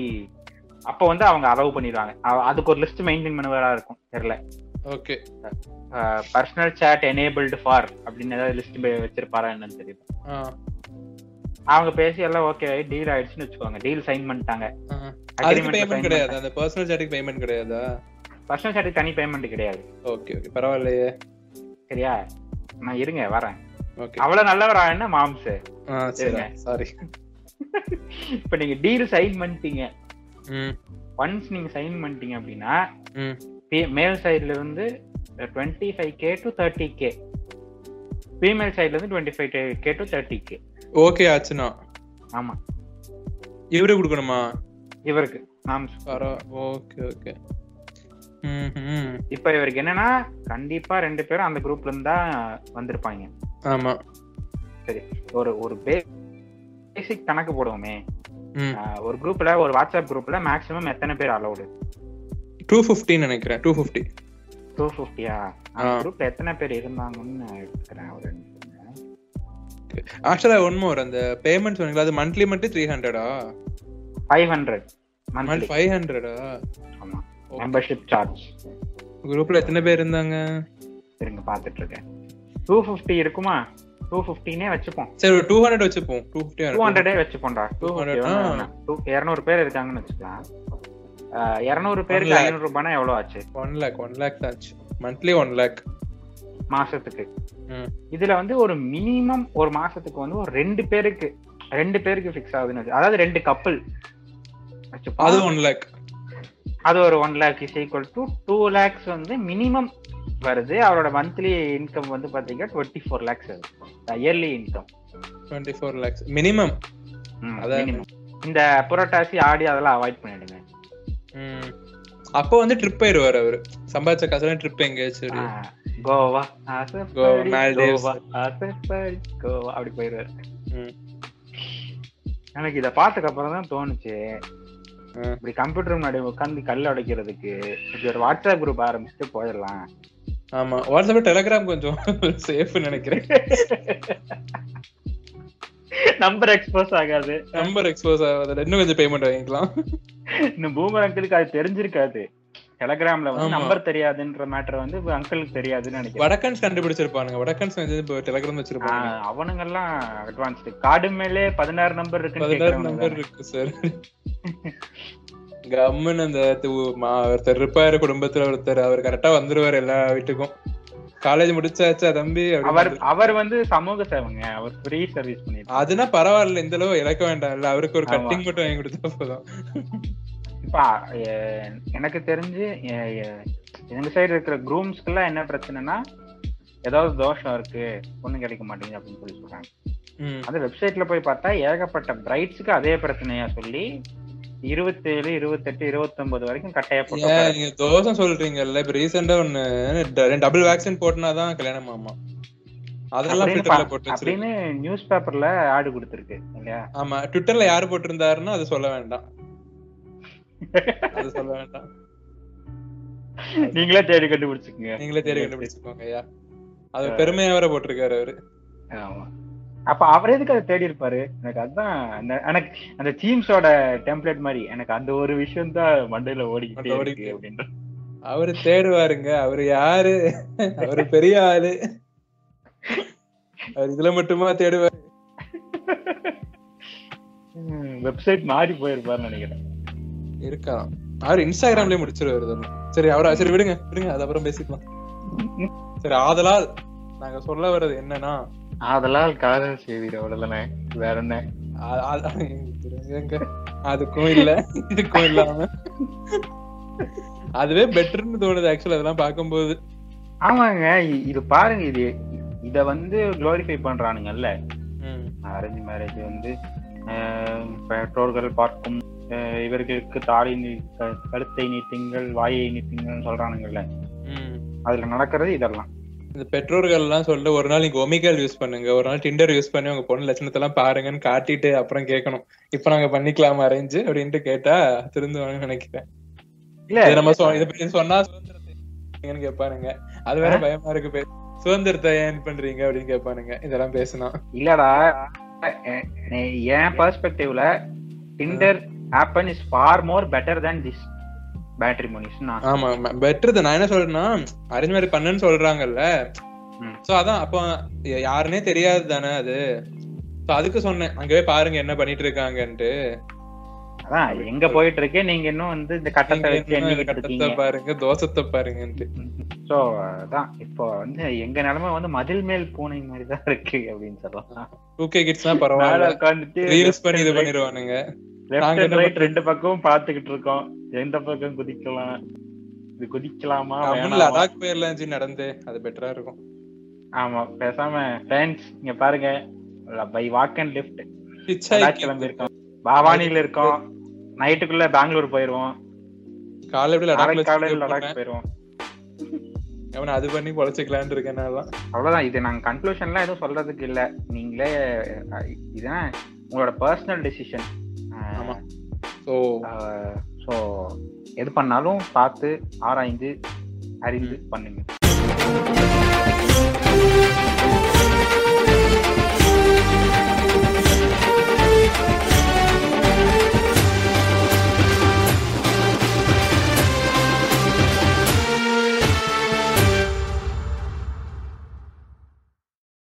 Speaker 1: அப்போ வந்து அவங்க அலோவ் பண்ணிடுவாங்க அவ- அதுக்கு ஒரு லிஸ்ட் மெயின்டைன் பண்ணுவாரா இருக்கும் தெரியல
Speaker 2: okay
Speaker 1: personal chat enabled for அப்படின்னு ஏதாவது லிஸ்ட் வச்சிருப்பாரா என்னன்னு தெரியும்
Speaker 2: ஆ
Speaker 1: அவங்க பேசி எல்லாம் ஓகே டீல் ஆயிடுச்சுன்னு வச்சுக்கோங்க டீல் சைன் பண்ணிட்டாங்க
Speaker 2: ஆ. அதுக்கு
Speaker 1: அக்ரிமெண்ட்
Speaker 2: பேமெண்ட் கிடையாது அந்த பர்சனல் சாட்டுக்கு பேமெண்ட் கிடையாதா
Speaker 1: பர்சனல் சாட்டுக்கு தனி பேமெண்ட் கிடையாது
Speaker 2: ஓகே ஓகே பரவாயில்லையே
Speaker 1: சரியா நான் இருங்க வரேன்
Speaker 2: ஓகே
Speaker 1: அவ்வளவு நல்லவரா என்ன மாம்ஸ்
Speaker 2: ஆ சரி
Speaker 1: சரிங்க.
Speaker 2: சாரி
Speaker 1: இப்ப நீங்க டீல் சைன் பண்ணிட்டீங்க
Speaker 2: ம்
Speaker 1: ஒன்ஸ் நீங்க சைன் பண்ணிட்டீங்க அப்படின்னா
Speaker 2: ம்
Speaker 1: மேல் சைடுல இருந்து twenty five K to thirty K female சைடுல இருந்து twenty five K to thirty K
Speaker 2: okay ஆச்சுனா
Speaker 1: ஆமா
Speaker 2: இவரே கொடுக்கணுமா
Speaker 1: இவருக்கு மாம்ஸ்
Speaker 2: பரவா ஓகே ஓகே ம் ம்
Speaker 1: இப்ப இவருக்கு என்னன்னா கண்டிப்பா ரெண்டு பேரும் அந்த குரூப்ல இருந்து தான் வந்திருப்பாங்க
Speaker 2: ஆமா
Speaker 1: ஒரு ஒரு பேசிக் கணக்கு போடுவோமே
Speaker 2: ம்
Speaker 1: ஆஹ் ஒரு குரூப்ல ஒரு வாட்ஸ்அப் குரூப்ல மேக்ஸிமம் எத்தனை பேர் அலௌடு
Speaker 2: டூ ஃபிஃப்டின்னு நினைக்கிறேன் டூ ஃபிஃப்டி
Speaker 1: டூ ஃபிஃப்டியா அந்த
Speaker 2: ஆ.
Speaker 1: குரூப்ல எத்தனை பேர் இருந்தாங்கன்னு நான் எடுத்துக்கிறேன் ஒரு நிமிஷம்.
Speaker 2: ஆக்சுவலா ஒன் மோர் அந்த பேமெண்ட் சொன்னீங்களா அது மந்த்லி மட்டும் த்ரீ ஹண்ட்ரடா
Speaker 1: 500 மந்த்லி
Speaker 2: ஃபைவ் ஹண்ட்ரடா
Speaker 1: ஆமா மெம்பர்ஷிப் சார்ஜ்
Speaker 2: குரூப்ல எத்தனை பேர் இருந்தாங்க
Speaker 1: இருங்க பாத்துட்டு இருக்கேன் டூ ஃபிஃப்டி இருக்குமா டூ ஃபிஃப்டினே வச்சுப்போம்
Speaker 2: சரி ஒரு டூ ஹண்ட்ரட் வச்சுப்போம் டூ ஃபிஃப்டி
Speaker 1: டூ ஹண்ட்ரடே வச்சுப்போம்டா டூ
Speaker 2: 200 ஆ.
Speaker 1: ஹண்ட்ரட் இரநூறு பேர் இருக்காங்கன்னு வச்சுக்கலாம் ஆஹ் இரநூறு பேருக்கு
Speaker 2: One lakh.
Speaker 1: ஐநூறு ரூபாய்னா எவ்வளவு ஆச்சு
Speaker 2: ஒன் லேக் ஒன் லேக் தான் ஆச்சு மந்த்லி ஒன் லேக்
Speaker 1: மாசத்துக்கு
Speaker 2: ம்.
Speaker 1: இதுல வந்து ஒரு மினிமம் ஒரு மாசத்துக்கு வந்து ஒரு ரெண்டு பேருக்கு ரெண்டு பேருக்கு ஃபிக்ஸ் ஆகுதுன்னு வச்சு- அதாவது ரெண்டு கப்பல்
Speaker 2: அது ஒன் லேக்
Speaker 1: அது ஒரு one lakh is equal to two lakhs வந்து மினிமம் வருது அவரோட மந்த்லி இன்கம் வந்து பாத்தீங்கன்னா twenty four lakhs yearly income
Speaker 2: twenty four lakhs minimum அதான்.
Speaker 1: மினிமம் இந்த புரோட்டாசி ஆடி அதெல்லாம் அவாய்ட் பண்ணிடுங்க
Speaker 2: அப்போ வந்து ட்ரிப் போயிடுவார் அவரு சம்பாதிச்ச காசுல ட்ரிப் எங்கேயாச்சும்
Speaker 1: ஆ, கோவா
Speaker 2: கோவா,
Speaker 1: ஆசைப்படி,
Speaker 2: மால்டீவ்ஸ்.
Speaker 1: கோவா ஆசைப்படி, கோவா அப்படி போயிடுவாரு
Speaker 2: ம்.
Speaker 1: எனக்கு இதை பார்த்ததுக்கு அப்புறம் தான் தோணுச்சு
Speaker 2: ம்.
Speaker 1: இப்படி கம்ப்யூட்டர் முன்னாடி உட்காந்து கல் உடைக்கிறதுக்கு இப்படி ஒரு வாட்ஸ்அப் குரூப் ஆரம்பிச்சுட்டு போயிடலாம்
Speaker 2: ஆமா வாட்ஸ்அப் டெலிகிராம் கொஞ்சம் சேஃப் நினைக்கிறேன்
Speaker 1: நம்பர் எக்ஸ்போஸ் ஆகாது
Speaker 2: நம்பர் எக்ஸ்போஸ் ஆகாதுல இன்னும் கொஞ்சம் பேமெண்ட் வாங்கிக்கலாம்
Speaker 1: இன்னும் பூமர் அங்கிளுக்கு அது தெரிஞ்சிருக்காது டெலகிராம்ல வந்து
Speaker 2: ஆமா.
Speaker 1: நம்பர் தெரியாதுன்ற மேட்டர் வந்து அங்கிளுக்கு தெரியாதுன்னு நினைக்கிறேன்
Speaker 2: வடக்கன்ஸ் கண்டுபிடிச்சிருப்பானுங்க வடக்கன்ஸ் வந்து இப்போ டெலிகிராம் வச்சிருப்பாங்க
Speaker 1: ஆஹ், அவனுங்கெல்லாம் அட்வான்ஸ்டு கார்டு மேலே பதினாறு நம்பர் இருக்குன்னு
Speaker 2: பதினாறு
Speaker 1: கேக்குறவனுங்க
Speaker 2: நம்பர் இருக்கு சார் கம்மன் அந்த து- மா- ஒருத்தர் இருப்பாரு குடும்பத்துல ஒருத்தர் அவர் கரெக்டா வந்துருவாரு எல்லா வீட்டுக்கும் காலேஜ் முடிச்சாச்சா தம்பி
Speaker 1: தானே.
Speaker 2: அப்படின்னு
Speaker 1: அவர் அவர் வந்து சமூக சேவைங்க அவர் ஃப்ரீ சர்வீஸ் பண்ணிட்டு
Speaker 2: அதுனா பரவாயில்ல இந்த அளவு இழக்க வேண்டாம் இல்ல அவருக்கு ஒரு
Speaker 1: ஆமா.
Speaker 2: கட்டிங் மட்டும் வாங்கி கொடுத்தா போதும்
Speaker 1: இப்ப அஹ், எனக்கு தெரிஞ்சு எ- எ- எங்க சைடு இருக்கிற grooms எல்லாம் என்ன பிரச்சனைனா ஏதாவது தோஷம் இருக்கு ஒண்ணும் கிடைக்க மாட்டேங்குது அப்படின்னு சொல்லி சொல்றாங்க
Speaker 2: ம்.
Speaker 1: அந்த வெப்சைட்ல போய் பார்த்தா ஏகப்பட்ட பிரைட்ஸ்க்கு அதே பிரச்சனையா சொல்லி இருபத்தேழு இருபத்தெட்டு இருபத்தொன்பது வரைக்கும் கட்டையா போட்டு
Speaker 2: ஏன் நீங்க தோசை சொல்றீங்கல்ல இப்ப ரீசெண்டா ஒண்ணு டபுள் வேக்சின் போட்டுனாதான் கல்யாணம் ஆமா அதெல்லாம்
Speaker 1: அப்படின்னு
Speaker 2: ட்விட்டர்ல
Speaker 1: பா-
Speaker 2: போட்டு வச்சிருக்கு
Speaker 1: அப்படின்னு நியூஸ் பேப்பர்ல ஆடு கொடுத்துருக்கு இல்லையா
Speaker 2: ஆமா ட்விட்டர்ல யார் போட்டிருந்தாருன்னா அது சொல்ல வேண்டாம் அது சொல்ல வேண்டாம்
Speaker 1: நீங்களே தேடி கண்டுபிடிச்சுக்கங்க
Speaker 2: நீங்களே தேடி கண்டுபிடிச்சுக்கோங்க ஐயா அது பெருமையா வேற போட்டிருக்காரு அவரு
Speaker 1: ஆமா. அப்ப அவர் எதுக்கு அதை தேடி இருப்பாரு எனக்கு அதுதான் அந்த- எனக்கு அந்த தீம்ஸோட டெம்ப்ளேட் மாதிரி எனக்கு அந்த ஒரு விஷயம் தான் மண்டையில ஓடிக்கிட்டே
Speaker 2: அது ஓடிக்கிட்டே
Speaker 1: இருக்கு அப்படின்ற
Speaker 2: அவரு தேடுவாருங்க அவரு யாரு அவரு பெரிய ஆளு அவர் இதுல மட்டுமா தேடுவாரு
Speaker 1: வெப்சைட் மாறி போயிருப்பாருன்னு நினைக்கிறேன்
Speaker 2: இருக்கலாம் அவர் இன்ஸ்டாகிராம்லயே முடிச்சிருவாரு இதெல்லாம். சரி அவரா சரி விடுங்க விடுங்க அது அப்புறம் பேசிக்கலாம் சரி ஆதலால் நாங்க சொல்ல வர்றது என்னன்னா
Speaker 1: அதெல்லாம் காதல் செய்வீர் அவ்வளவுதானே வேற என்ன
Speaker 2: ஆ- ஆ- இருங்க. அதுக்கும் இல்ல இதுக்கும் இல்லாம அதுவே பெட்டர்னு தோணுது ஆக்சுவலா அதெல்லாம் பார்க்கும்போது
Speaker 1: ஆமாங்க இ- இது பாருங்க இது இத வந்து குளோரிஃபை பண்றானுங்கல்ல
Speaker 2: ம்.
Speaker 1: அரேஞ்ச் மேரேஜ் வந்து ஆஹ், பெற்றோர்கள் பார்க்கும் ஆஹ், இவர்களுக்கு தாடி நீ க- கழுத்தை நீட்டுங்கள் வாயை நீட்டுங்கள்னு சொல்றானுங்கல்ல
Speaker 2: ம்.
Speaker 1: அதுல நடக்கிறது இதெல்லாம்
Speaker 2: இந்த பெற்றோர்கள் எல்லாம் சொல்ல ஒரு நாள் நீங்க ஒமிகால் யூஸ் பண்ணுங்க ஒரு நாள் டிண்டர் யூஸ் பண்ணி உங்க பொண்ணு லட்சணத்தை எல்லாம் பாருங்கன்னு காட்டிட்டு அப்புறம் கேட்கணும் இப்ப நாங்க பண்ணிக்கலாம் அரேஞ்சு அப்படின்ட்டு கேட்டா திருந்துவாங்க நினைக்கிறேன்
Speaker 1: இல்ல
Speaker 2: இதை நம்ம சொ- இதை பத்தி சொன்னா சுதந்திரத்தை ஏன்னு கேட்பானுங்க அது வேற பயமா இருக்கு பே- சுதந்திரத்தை ஏன் பண்றீங்க அப்படின்னு கேட்பானுங்க இதெல்லாம் பேசினா
Speaker 1: இல்லடா எ- எ- என் பெர்ஸ்பெக்டிவ்ல Tinder ஆப்பன் is far more better than this battery Monis நான்
Speaker 2: ஆமா பெட்டர் நான் என்ன சொல்றேன்னா அரேஞ்ச் மாதிரி பண்ணுன்னு சொல்றாங்கல்ல
Speaker 1: ம்.
Speaker 2: சோ அதான் அப்போ யா- யாருன்னே தெரியாது தானே அது So அதுக்கு சொன்னேன் அங்கவே பாருங்க என்ன பண்ணிட்டு இருக்காங்கன்ட்டு
Speaker 1: அதான் எங்க போயிட்டு இருக்கேன் நீங்க இன்னும் வந்து இந்த கட்டத்தை
Speaker 2: நீங்க
Speaker 1: வச்சு
Speaker 2: என்ன
Speaker 1: எண்ணிக்கிட்டு
Speaker 2: கட்டத்தை
Speaker 1: இருக்கீங்க
Speaker 2: பாருங்க தோசத்தை பாருங்கன்ட்டு
Speaker 1: சோ அதான் இப்போ வந்து எங்க நிலைமை வந்து மதில் மேல் பூனை மாதிரி தான் இருக்கு அப்படின்னு சொல்லலாம்
Speaker 2: டூ கே கிட்ஸ்னா
Speaker 1: மேல
Speaker 2: பரவாயில்ல
Speaker 1: உட்கார்ந்துட்டு
Speaker 2: ரீல்ஸ் பண்ணி இது பண்ணிடுவானுங்க
Speaker 1: லெஃப்ட்
Speaker 2: நாங்க
Speaker 1: அண்ட்
Speaker 2: என்ன
Speaker 1: ரைட் ரெண்டு பக்கமும் பாத்துக்கிட்டு இருக்கோம் எந்த பக்கம் குதிக்கலாம் இது குதிக்கலாமா
Speaker 2: தமிழ்ல
Speaker 1: வேணாமா?
Speaker 2: லடாக் போயிடலாம் நடந்து அது பெட்டரா இருக்கும்
Speaker 1: ஆமா பேசாம ஃப்ரெண்ட்ஸ் இங்க பாருங்க பை வாக் அண்ட் லெஃப்ட்
Speaker 2: பிச்சாய்
Speaker 1: கிளம்பி இருக்கோம் பவானியில இருக்கோம் நைட்டுக்குள்ள பெங்களூர் போயிருவோம்
Speaker 2: காலை எப்படி
Speaker 1: காலையில
Speaker 2: லடாக்ல
Speaker 1: லடாக் போயிருவோம்
Speaker 2: அவன் அது பண்ணி பொழைச்சிக்கலான்னு இருக்கேன் நான்லாம்.
Speaker 1: அவ்வளவுதான் இது நாங்க கன்க்ளூஷன்லாம் எதுவும் சொல்றதுக்கு இல்ல நீங்களே அஹ், இதுதான் உங்களோட பர்சனல் டெசிஷன்
Speaker 2: ஆமா சோ
Speaker 1: ஸோ எது பண்ணாலும் பார்த்து ஆராய்ந்து அறிந்து பண்ணுங்க